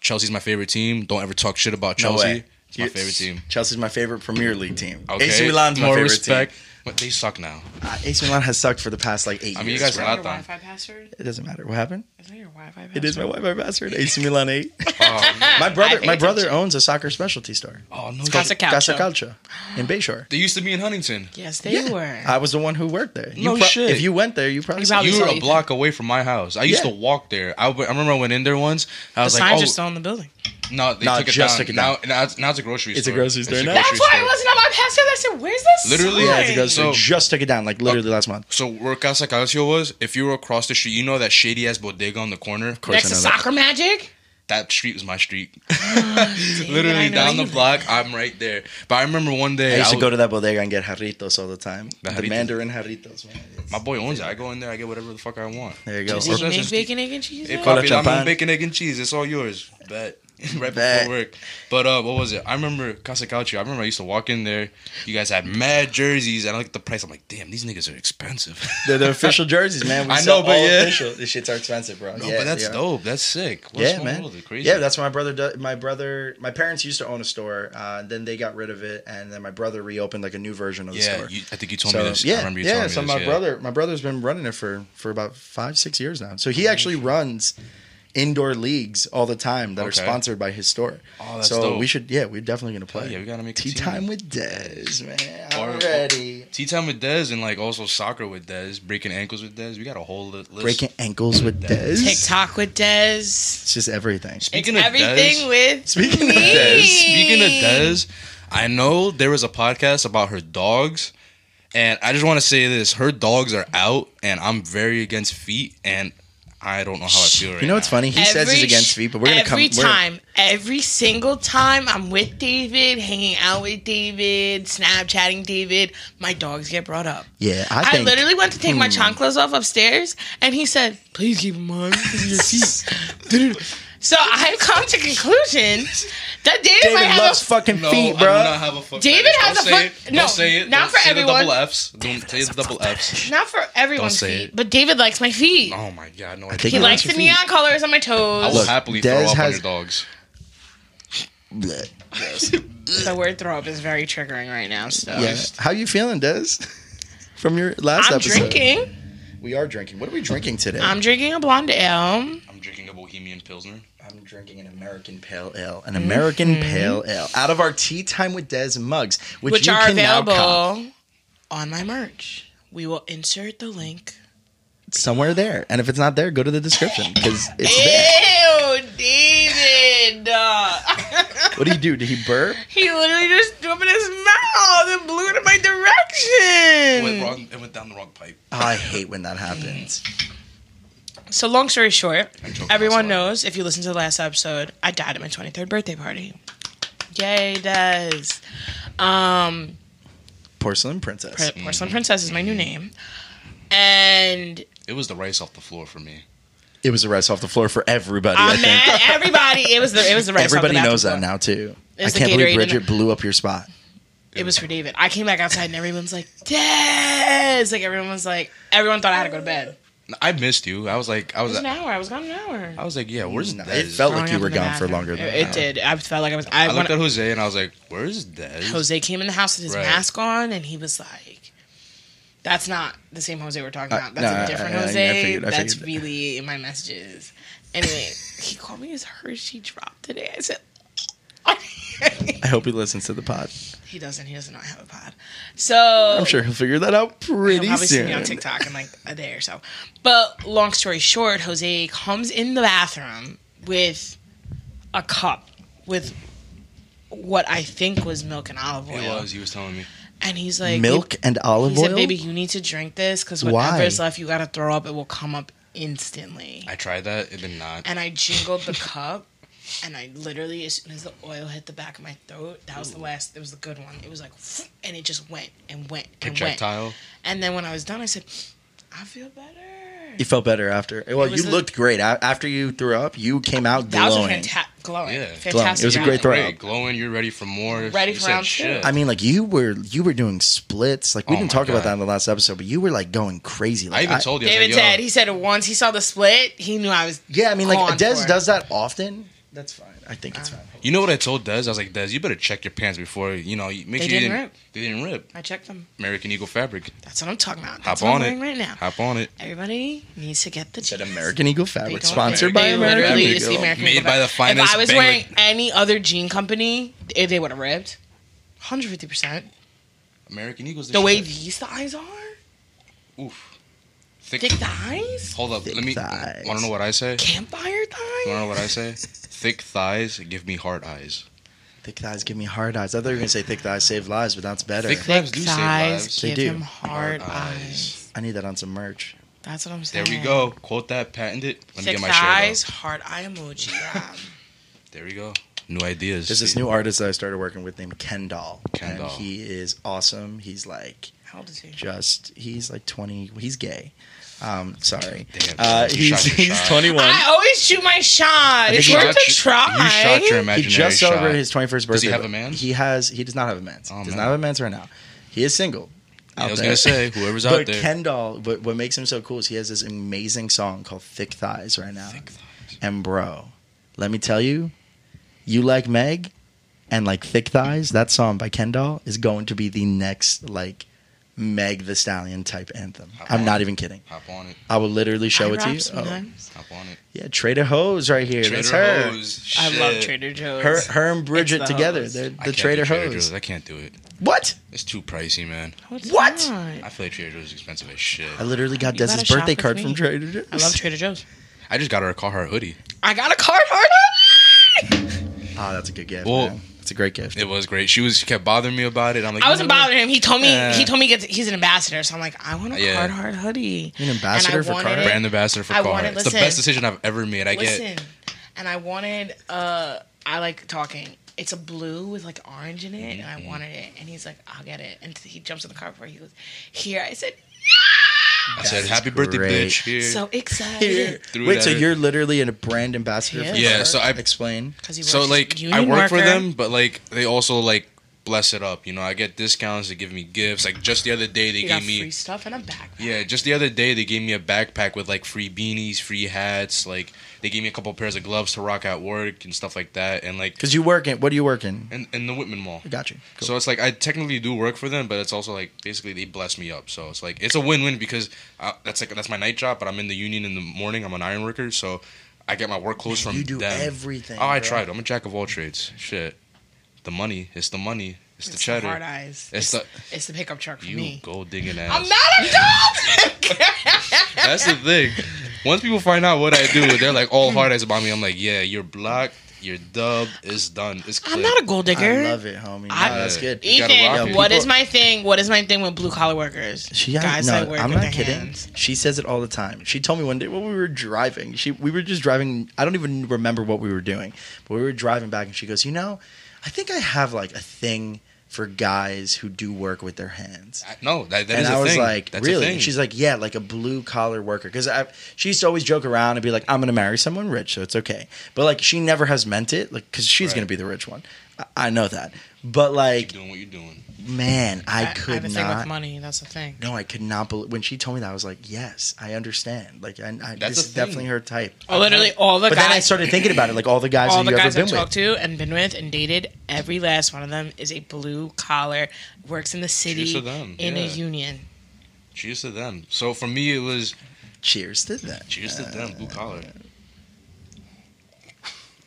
Speaker 2: Chelsea's my favorite team. Don't ever talk shit about Chelsea. It's my favorite team.
Speaker 3: Chelsea's my favorite Premier League team.
Speaker 2: Okay.
Speaker 3: AC Milan's my
Speaker 2: More
Speaker 3: favorite
Speaker 2: respect. But they suck now.
Speaker 3: team. Uh, AC Milan has sucked for the past like eight
Speaker 2: I mean, you
Speaker 3: years.
Speaker 2: guys
Speaker 1: Is that
Speaker 2: are
Speaker 3: right?
Speaker 1: your
Speaker 2: not done.
Speaker 1: Wi-Fi password?
Speaker 3: It doesn't matter. What happened?
Speaker 1: Is that your Wi-Fi password?
Speaker 3: It is my Wi-Fi password. AC Milan eight.
Speaker 2: Oh,
Speaker 3: My brother.
Speaker 1: hate
Speaker 3: My
Speaker 1: it.
Speaker 3: brother owns a soccer specialty store.
Speaker 2: oh no.
Speaker 1: Casa Couch.
Speaker 3: Casa Calcio in Bayshore.
Speaker 2: They used to be in Huntington.
Speaker 1: Yes, they
Speaker 3: Yeah.
Speaker 1: were.
Speaker 3: I was the one who worked there. You
Speaker 2: No shit.
Speaker 3: If you went there, you probably.
Speaker 1: You
Speaker 3: saw-
Speaker 1: probably-
Speaker 2: You were
Speaker 1: saw
Speaker 2: a block away from my house. I used
Speaker 3: Yeah.
Speaker 2: to walk there. I, w- I remember I went in there once. I
Speaker 1: the
Speaker 2: was
Speaker 1: signs
Speaker 2: like,
Speaker 1: are
Speaker 2: oh,
Speaker 1: still in the building.
Speaker 2: no, they
Speaker 3: No,
Speaker 2: took, it
Speaker 3: just
Speaker 2: down.
Speaker 3: took it
Speaker 2: Now,
Speaker 3: down.
Speaker 2: now, it's, now it's a grocery
Speaker 3: It's a
Speaker 2: store.
Speaker 3: grocery store
Speaker 2: a
Speaker 3: now?
Speaker 2: grocery
Speaker 1: That's why
Speaker 2: store.
Speaker 1: it wasn't on my password. I said, "Where's this?"
Speaker 2: Literally,
Speaker 3: Yeah,
Speaker 1: sign?
Speaker 3: it's a ghost.
Speaker 2: So-
Speaker 3: just took it down like literally last month.
Speaker 2: So where Casa Calcio was, if you were across the street, you know that shady ass bodega on the corner.
Speaker 3: Of course,
Speaker 1: Next
Speaker 3: I
Speaker 1: to
Speaker 3: know that.
Speaker 1: Soccer Magic.
Speaker 2: That street was my street.
Speaker 1: I
Speaker 2: Literally
Speaker 1: know
Speaker 2: down
Speaker 1: you
Speaker 2: the
Speaker 1: live
Speaker 2: block, I'm right there. But I remember one day,
Speaker 3: I used to
Speaker 2: I
Speaker 3: go
Speaker 2: was-
Speaker 3: to that bodega and get jarritos all the time. The,
Speaker 2: jarritos.
Speaker 3: Mandarin jarritos. Man.
Speaker 2: my boy owns it. I go in there, I get whatever the fuck I want.
Speaker 3: There you go.
Speaker 2: Just
Speaker 1: Did
Speaker 2: Or-
Speaker 1: you make
Speaker 2: just-
Speaker 1: bacon, egg, and cheese?
Speaker 2: Hey,
Speaker 1: there?
Speaker 3: called-
Speaker 2: papi, I'm
Speaker 3: Chapán.
Speaker 2: on bacon, egg, and cheese. It's all yours. Bet. right
Speaker 3: Bet.
Speaker 2: before work. But uh, what was it? I remember Casa Calcio. I remember I used to walk in there. You guys had mad jerseys, and I looked at the price. I'm like, damn, these niggas are expensive. Oh,
Speaker 3: They're the official jerseys, man. We
Speaker 2: I
Speaker 3: sell
Speaker 2: know, but
Speaker 3: all
Speaker 2: yeah.
Speaker 3: official. These shits are expensive, bro.
Speaker 2: no,
Speaker 3: yeah,
Speaker 2: but that's
Speaker 3: they are.
Speaker 2: dope. That's sick. What's
Speaker 3: Yeah,
Speaker 2: wrong
Speaker 3: man.
Speaker 2: with it? Crazy.
Speaker 3: Yeah, that's what my brother. Does. My brother, my parents used to own a store. Uh, then they got rid of it, and then my brother reopened like a new version of the
Speaker 2: yeah.
Speaker 3: store.
Speaker 2: You, I think you told
Speaker 3: So,
Speaker 2: me this.
Speaker 3: Yeah,
Speaker 2: I remember you
Speaker 3: yeah.
Speaker 2: telling me
Speaker 3: so
Speaker 2: this.
Speaker 3: my
Speaker 2: yeah.
Speaker 3: brother, my brother's been running it for for about five, six years now. So he actually runs indoor leagues all the time that are
Speaker 2: Okay.
Speaker 3: sponsored by his store.
Speaker 2: Oh, that's
Speaker 3: so
Speaker 2: dope.
Speaker 3: we should, yeah, we're definitely gonna play.
Speaker 2: yeah, we gotta make a
Speaker 3: tea
Speaker 2: team.
Speaker 3: time with Dez, man.
Speaker 2: Or-
Speaker 3: I'm ready.
Speaker 2: Tea time with Dez and like also soccer with Dez, breaking ankles with Dez. We got a whole li- list.
Speaker 3: Breaking ankles with Dez.
Speaker 1: TikTok with Dez.
Speaker 3: It's just everything.
Speaker 2: Speaking
Speaker 1: it's
Speaker 2: of
Speaker 1: everything
Speaker 2: Dez,
Speaker 1: with
Speaker 3: Speaking of
Speaker 1: me.
Speaker 3: Dez,
Speaker 2: speaking of Dez, I know there was a podcast about her dogs, and I just want to say this: her dogs are out, and I'm very against feet, and I don't know how I feel right
Speaker 3: You know what's
Speaker 2: now.
Speaker 3: funny? He says he's
Speaker 1: Every-
Speaker 3: against feet, but we're gonna come.
Speaker 1: every
Speaker 3: we're-
Speaker 1: time, every single time I'm with David, hanging out with David, Snapchatting David, my dogs get brought up.
Speaker 3: yeah, I
Speaker 1: I,
Speaker 3: think. Hmm.
Speaker 1: literally went to take my chanclas off upstairs, and he said, "Please keep them on 'cause of your feet." so I've come to conclusion that David, might
Speaker 3: David
Speaker 1: have
Speaker 3: loves
Speaker 1: a
Speaker 3: fucking
Speaker 2: No,
Speaker 3: feet,
Speaker 2: I
Speaker 3: bro.
Speaker 2: do not have a foot
Speaker 1: David
Speaker 2: fetish.
Speaker 1: has
Speaker 2: Don't
Speaker 1: a
Speaker 2: say
Speaker 1: foot-
Speaker 2: It.
Speaker 1: no,
Speaker 2: Don't say it.
Speaker 1: not
Speaker 2: Don't
Speaker 1: for
Speaker 2: say
Speaker 1: everyone.
Speaker 2: The double Fs. Don't say the double Fs.
Speaker 1: not for everyone's
Speaker 2: say
Speaker 1: feet,
Speaker 2: it.
Speaker 1: but David likes my feet.
Speaker 2: Oh my god! No, I
Speaker 3: think
Speaker 1: He
Speaker 3: he
Speaker 1: likes
Speaker 3: likes
Speaker 1: the
Speaker 3: your feet.
Speaker 1: neon colors on my
Speaker 2: I
Speaker 1: toes.
Speaker 2: will
Speaker 3: Look,
Speaker 2: happily
Speaker 3: Dez
Speaker 2: throw up on
Speaker 3: has-
Speaker 2: your dogs.
Speaker 3: Blech.
Speaker 1: the word throw up is very triggering right now. So
Speaker 3: Yeah. How you feeling, Des? From your last
Speaker 1: I'm
Speaker 3: episode,
Speaker 1: drinking.
Speaker 3: we are drinking. What are we drinking today?
Speaker 1: I'm drinking a blonde ale.
Speaker 2: I'm drinking a Bohemian Pilsner.
Speaker 3: I'm drinking an American Pale Ale, an American Pale Ale, out of our Tea Time with Des mugs,
Speaker 1: Mm-hmm.
Speaker 3: which,
Speaker 1: which
Speaker 3: you
Speaker 1: are
Speaker 3: can now cop.
Speaker 1: available on my merch. We will insert the link.
Speaker 3: somewhere there. And if it's not there, go to the description because it's there.
Speaker 1: Ew, David.
Speaker 3: What did he do? Did he burp?
Speaker 1: he literally just threw up in his mouth and blew it in my direction.
Speaker 2: It went, wrong, it went down the wrong pipe.
Speaker 3: Oh, I hate when that happens.
Speaker 1: So long story short,
Speaker 2: joking,
Speaker 1: everyone
Speaker 2: sorry.
Speaker 1: knows if you listen to the last episode, I died at my 23rd birthday party. Yay, Des. Um,
Speaker 3: Porcelain princess.
Speaker 1: Pri- Porcelain Princess is my new name. And
Speaker 2: It was the rice off the floor for me.
Speaker 3: It was a rice off the floor for everybody. I
Speaker 1: I'm
Speaker 3: think
Speaker 1: mad. Everybody, it was the it was the right.
Speaker 3: everybody knows that now too. I
Speaker 1: There's the
Speaker 3: can't believe
Speaker 1: Gatorade in
Speaker 3: Bridget blew up your spot.
Speaker 1: It was for David. I came back outside and everyone's like, Des. Like everyone was like, everyone thought I had to go to bed.
Speaker 2: I missed you. I was like, I
Speaker 1: It
Speaker 2: was,
Speaker 1: was an
Speaker 2: I
Speaker 1: hour. I was gone an hour.
Speaker 2: was like, yeah, where's
Speaker 3: No,
Speaker 2: Dez?
Speaker 3: it felt like
Speaker 1: Throwing
Speaker 3: you
Speaker 1: up
Speaker 3: were
Speaker 1: in the
Speaker 3: gone for
Speaker 1: bathroom.
Speaker 3: longer than
Speaker 1: it,
Speaker 3: an
Speaker 1: it
Speaker 3: hour.
Speaker 1: did. I felt like I was. I,
Speaker 2: I
Speaker 1: when-
Speaker 2: looked at Jose and I was like, where's Dez?
Speaker 1: Jose came in the house with his
Speaker 2: Right.
Speaker 1: mask on, and he was like, "That's not the same Jose we're talking
Speaker 3: Uh,
Speaker 1: about. That's
Speaker 3: no, I-
Speaker 1: a different
Speaker 3: I- I- I
Speaker 1: Jose.
Speaker 3: figured- I
Speaker 1: That's
Speaker 3: figured that.
Speaker 1: really in my messages." Anyway, he called me his Hershey drop today. I said,
Speaker 3: I hope he listens to the pod.
Speaker 1: "He doesn't. He does not have a pod." So
Speaker 3: I'm sure he'll figure that out
Speaker 1: You'll
Speaker 3: pretty
Speaker 1: probably see
Speaker 3: soon.
Speaker 1: me on TikTok in like a day or so. But long story short, Jose comes in the bathroom with a cup with what I think was milk and olive oil,
Speaker 2: It was. He was telling me.
Speaker 1: and he's like,
Speaker 3: Milk and olive
Speaker 1: He said,
Speaker 3: oil.
Speaker 1: "Baby, you need to drink this because
Speaker 3: Why?
Speaker 1: whatever's left, you gotta throw up. It will come up instantly."
Speaker 2: I tried that. It did not.
Speaker 1: And I jingled the cup, and I literally, as soon as the oil hit the back of my throat, that was the last. It was the good one. It was like, and it just went and went and went.
Speaker 2: Projectile.
Speaker 1: And then when I was done, I said, "I feel better."
Speaker 3: You felt better after. Well,
Speaker 1: was
Speaker 3: you
Speaker 1: a-
Speaker 3: looked great A- after you threw up. You came out
Speaker 1: That was a
Speaker 3: glowing.
Speaker 1: fanta- glowing,
Speaker 2: Yeah.
Speaker 1: fantastic.
Speaker 3: Glowing. It was a
Speaker 1: job.
Speaker 3: great throw.
Speaker 2: Great, glowing. You're ready for more.
Speaker 1: Ready
Speaker 2: You
Speaker 1: for
Speaker 2: said
Speaker 1: round two.
Speaker 2: shit.
Speaker 3: I mean, like you were you were doing splits. Like we
Speaker 2: Oh
Speaker 3: didn't
Speaker 2: my
Speaker 3: talk about
Speaker 2: God.
Speaker 3: that in the last episode, but you were like going crazy. Like
Speaker 2: I even told you. I was
Speaker 1: David
Speaker 2: like, yo,
Speaker 1: said he said it once he saw the split, he knew I was.
Speaker 3: Yeah, I mean, like
Speaker 1: gone
Speaker 3: Des
Speaker 1: for it.
Speaker 3: does that often. That's fine. I think
Speaker 1: Uh,
Speaker 3: it's fine.
Speaker 2: You know what I told Dez? I was like, Dez, you better check your pants before you know. you- Make
Speaker 1: They
Speaker 2: sure you
Speaker 1: didn't
Speaker 2: didn't.
Speaker 1: rip.
Speaker 2: They didn't rip.
Speaker 1: I checked them.
Speaker 2: American Eagle fabric.
Speaker 1: That's what I'm talking about.
Speaker 2: Hop
Speaker 1: That's what I'm
Speaker 2: on it
Speaker 1: wearing right now.
Speaker 2: Hop on it.
Speaker 1: Everybody needs to get the
Speaker 3: Said
Speaker 1: jeans.
Speaker 3: American Eagle
Speaker 1: They
Speaker 3: fabric,
Speaker 1: don't-
Speaker 3: sponsored
Speaker 1: they
Speaker 3: by American
Speaker 1: literally
Speaker 3: Eagle.
Speaker 1: It's the American
Speaker 2: Made
Speaker 1: Eagle.
Speaker 2: by the
Speaker 1: If
Speaker 2: finest
Speaker 1: I was
Speaker 2: Bangla-
Speaker 1: wearing any other jean company, they, they would have ripped. 150%.
Speaker 2: American Eagles.
Speaker 1: The way these thighs are?
Speaker 2: Oof. Thick.
Speaker 1: Thick thighs?
Speaker 2: Hold up.
Speaker 3: Thick
Speaker 2: let me.
Speaker 3: thighs.
Speaker 2: Want to know what I say?
Speaker 1: Campfire
Speaker 2: Want to know
Speaker 1: thighs?
Speaker 2: what I say? Thick thighs give me hard eyes.
Speaker 3: Thick thighs give me hard eyes. I thought you were gonna say thick thighs save lives, but that's better.
Speaker 2: Thick
Speaker 1: Thick
Speaker 2: thighs do save
Speaker 1: thighs
Speaker 2: lives.
Speaker 3: They
Speaker 1: give
Speaker 3: do.
Speaker 1: him hard
Speaker 2: Hard
Speaker 1: eyes.
Speaker 2: eyes.
Speaker 3: I need that on some merch.
Speaker 1: That's what I'm
Speaker 2: There
Speaker 1: saying.
Speaker 2: we go. Quote that. Patent it. Let me
Speaker 1: Thick
Speaker 2: get my shirt.
Speaker 1: thighs, hard eye emoji. Yeah.
Speaker 2: There we go. New ideas.
Speaker 3: There's this new artist that I started working with named Ken Doll,
Speaker 2: Ken
Speaker 3: and
Speaker 2: Doll.
Speaker 3: he is awesome. He's like
Speaker 1: How old is he?
Speaker 3: just he's like 20. He's gay. Um, sorry.
Speaker 2: Damn,
Speaker 3: Uh,
Speaker 2: you
Speaker 3: he's
Speaker 2: shot your
Speaker 3: he's
Speaker 2: shot. Ah!
Speaker 3: 21.
Speaker 1: I always shoot my shot.
Speaker 3: think
Speaker 1: It's
Speaker 3: he
Speaker 1: worth
Speaker 2: shot
Speaker 1: a
Speaker 2: you-
Speaker 1: try.
Speaker 2: You shot your imaginary
Speaker 3: He just
Speaker 2: shot.
Speaker 3: celebrated his 21st birthday.
Speaker 2: Does he have
Speaker 3: but
Speaker 2: a man?
Speaker 3: He has. He does not have a man's.
Speaker 2: Oh,
Speaker 3: does
Speaker 2: man.
Speaker 3: not have a man's right now. He is single.
Speaker 2: Yeah,
Speaker 3: out
Speaker 2: I was
Speaker 3: there.
Speaker 2: gonna say whoever's out
Speaker 3: But
Speaker 2: there.
Speaker 3: Kendall, but what makes him so cool is he has this amazing song called "Thick Thighs" right now.
Speaker 2: Thick thighs.
Speaker 3: And bro, let me tell you, you like Meg, and like "Thick Thighs." That song by Kendall is going to be the next like Meg the Stallion type anthem. I'm not even kidding.
Speaker 2: Hop on it.
Speaker 3: I will literally show
Speaker 1: I
Speaker 3: it
Speaker 1: rap
Speaker 3: to you. Oh,
Speaker 1: sometimes.
Speaker 2: Hop on it.
Speaker 3: yeah, Trader Hoes right here. That's her.
Speaker 2: Trader Joe's.
Speaker 1: I love
Speaker 2: Shit.
Speaker 1: Trader Joe's.
Speaker 3: Her, her and Bridget
Speaker 1: the
Speaker 3: together.
Speaker 1: hoes.
Speaker 3: They're
Speaker 2: I
Speaker 3: the
Speaker 2: can't do
Speaker 3: Trader
Speaker 2: Trader
Speaker 3: Hoes.
Speaker 2: Joe's. I can't do it.
Speaker 3: What?
Speaker 2: It's too pricey, man.
Speaker 1: No, it's
Speaker 3: What?
Speaker 1: not.
Speaker 2: I feel like Trader Joe's is expensive as shit.
Speaker 3: I literally got
Speaker 1: You
Speaker 3: Des's
Speaker 1: gotta shop
Speaker 3: birthday
Speaker 1: with
Speaker 3: card
Speaker 1: me.
Speaker 3: from Trader Joe's.
Speaker 1: I love Trader Joe's.
Speaker 2: I just got her a Carhartt hoodie.
Speaker 1: I got a card harder.
Speaker 3: Oh, that's a good gift.
Speaker 2: Well-
Speaker 3: man. It's a great gift.
Speaker 2: It was great. She was she kept bothering me about it. I'm like,
Speaker 1: I wasn't
Speaker 2: "You know what?
Speaker 1: bothering him. He told me
Speaker 2: Yeah.
Speaker 1: he told me he gets, he's an ambassador, so I'm like, I want a
Speaker 2: Yeah.
Speaker 1: card hard hoodie.
Speaker 3: You're an ambassador
Speaker 1: and I
Speaker 3: for
Speaker 1: wanted
Speaker 3: Carhartt?
Speaker 1: it-
Speaker 2: Brand ambassador for
Speaker 1: I
Speaker 2: Carhartt.
Speaker 1: wanted-
Speaker 2: It's the
Speaker 1: listen.
Speaker 2: best decision I've ever made. I
Speaker 1: Listen,
Speaker 2: get
Speaker 1: and I wanted uh, I like talking. It's a blue with like orange in it, and
Speaker 2: Mm-hmm.
Speaker 1: I wanted it. And he's like, I'll get it. And he jumps in the car before he goes, here. I said,
Speaker 2: I said
Speaker 3: That's
Speaker 2: happy birthday,
Speaker 3: great.
Speaker 2: bitch. Here.
Speaker 1: so
Speaker 3: Here.
Speaker 1: excited
Speaker 2: Threw it
Speaker 3: Wait,
Speaker 2: at
Speaker 3: so
Speaker 2: her.
Speaker 3: you're literally in a brand ambassador?
Speaker 1: Yeah.
Speaker 3: for
Speaker 2: Yeah,
Speaker 3: Carhartt?
Speaker 2: so I-
Speaker 3: explain.
Speaker 1: because he
Speaker 2: so
Speaker 1: works
Speaker 2: like
Speaker 1: union
Speaker 2: I work for
Speaker 1: worker.
Speaker 2: them, but like they also like bless it up. You know, I get discounts. They give me gifts. Like just the other day, they
Speaker 1: You got
Speaker 2: gave me
Speaker 1: free stuff and a backpack.
Speaker 2: Yeah, just the other day they gave me a backpack with like free beanies, free hats, like they gave me a couple pairs of gloves to rock at work and stuff like that, and like
Speaker 3: Because you work in, what do you work in?
Speaker 2: and, and the Whitman Mall.
Speaker 3: I got you. Cool.
Speaker 2: So it's like I technically do work for them, but it's also like basically they bless me up. So it's like it's a win-win because I, that's like that's my night job, but I'm in the union in the morning. I'm an iron worker, so I get my work clothes from
Speaker 3: you do
Speaker 2: them.
Speaker 3: everything.
Speaker 2: Oh, I
Speaker 3: bro.
Speaker 2: tried. I'm a jack of all trades. Shit, the money. It's the money. It's, the
Speaker 1: It's the
Speaker 2: cheddar.
Speaker 1: hard eyes.
Speaker 2: It's the-
Speaker 1: it's the pickup truck for
Speaker 2: you
Speaker 1: me.
Speaker 2: gold digging ass.
Speaker 1: I'm not a dog.
Speaker 2: That's the thing. Once people find out what I do, they're like all hard eyes about me. I'm like, yeah, you're blocked. Your dub is done. It's
Speaker 1: I'm
Speaker 2: clear.
Speaker 1: not a gold digger.
Speaker 3: I love it, homie.
Speaker 1: I-
Speaker 3: Nah, that's good.
Speaker 2: You gotta rock
Speaker 1: Ethan,
Speaker 2: it.
Speaker 1: what
Speaker 3: People-
Speaker 1: is my thing? What is my thing with blue collar workers?
Speaker 3: She guys no, I'm
Speaker 1: with
Speaker 3: not
Speaker 1: their
Speaker 3: kidding.
Speaker 1: hands.
Speaker 3: She says it all the time. She told me one day when we were driving, she we were just driving. I don't even remember what we were doing, but we were driving back, and she goes, "You know, I think I have like a thing for guys who do work with their hands."
Speaker 2: I- no, that, that
Speaker 3: and
Speaker 2: is a
Speaker 3: I was
Speaker 2: thing.
Speaker 3: like,
Speaker 2: That's
Speaker 3: really?
Speaker 2: A thing.
Speaker 3: And she's like, yeah, like a blue collar worker. Because she used to always joke around and be like, I'm going to marry someone rich, so it's okay. But like, she never has meant it, like, because she's
Speaker 2: Right.
Speaker 3: going to be the rich one. I, I know that. But like,
Speaker 2: Keep doing what you're doing.
Speaker 3: man, I,
Speaker 1: I
Speaker 3: could
Speaker 1: have a thing with
Speaker 3: not.
Speaker 1: money. That's the thing.
Speaker 3: No, I could not believe when she told me that. I was like, yes, I understand. Like, I, I,
Speaker 2: That's
Speaker 3: this
Speaker 2: a
Speaker 3: is
Speaker 2: thing.
Speaker 3: definitely her type.
Speaker 1: Oh, literally all the
Speaker 3: But
Speaker 1: guys.
Speaker 3: then I started thinking about it, like all the guys
Speaker 1: all
Speaker 3: that
Speaker 1: the
Speaker 3: you
Speaker 1: guys
Speaker 3: ever
Speaker 1: I've
Speaker 3: been with.
Speaker 1: talked to and been with and dated, every last one of them is a blue collar, works in the city,
Speaker 2: to them,
Speaker 1: in a
Speaker 2: yeah.
Speaker 1: union.
Speaker 2: Cheers to them. So for me, it was
Speaker 3: Cheers to Uh, that.
Speaker 2: cheers to them, blue collar.
Speaker 3: We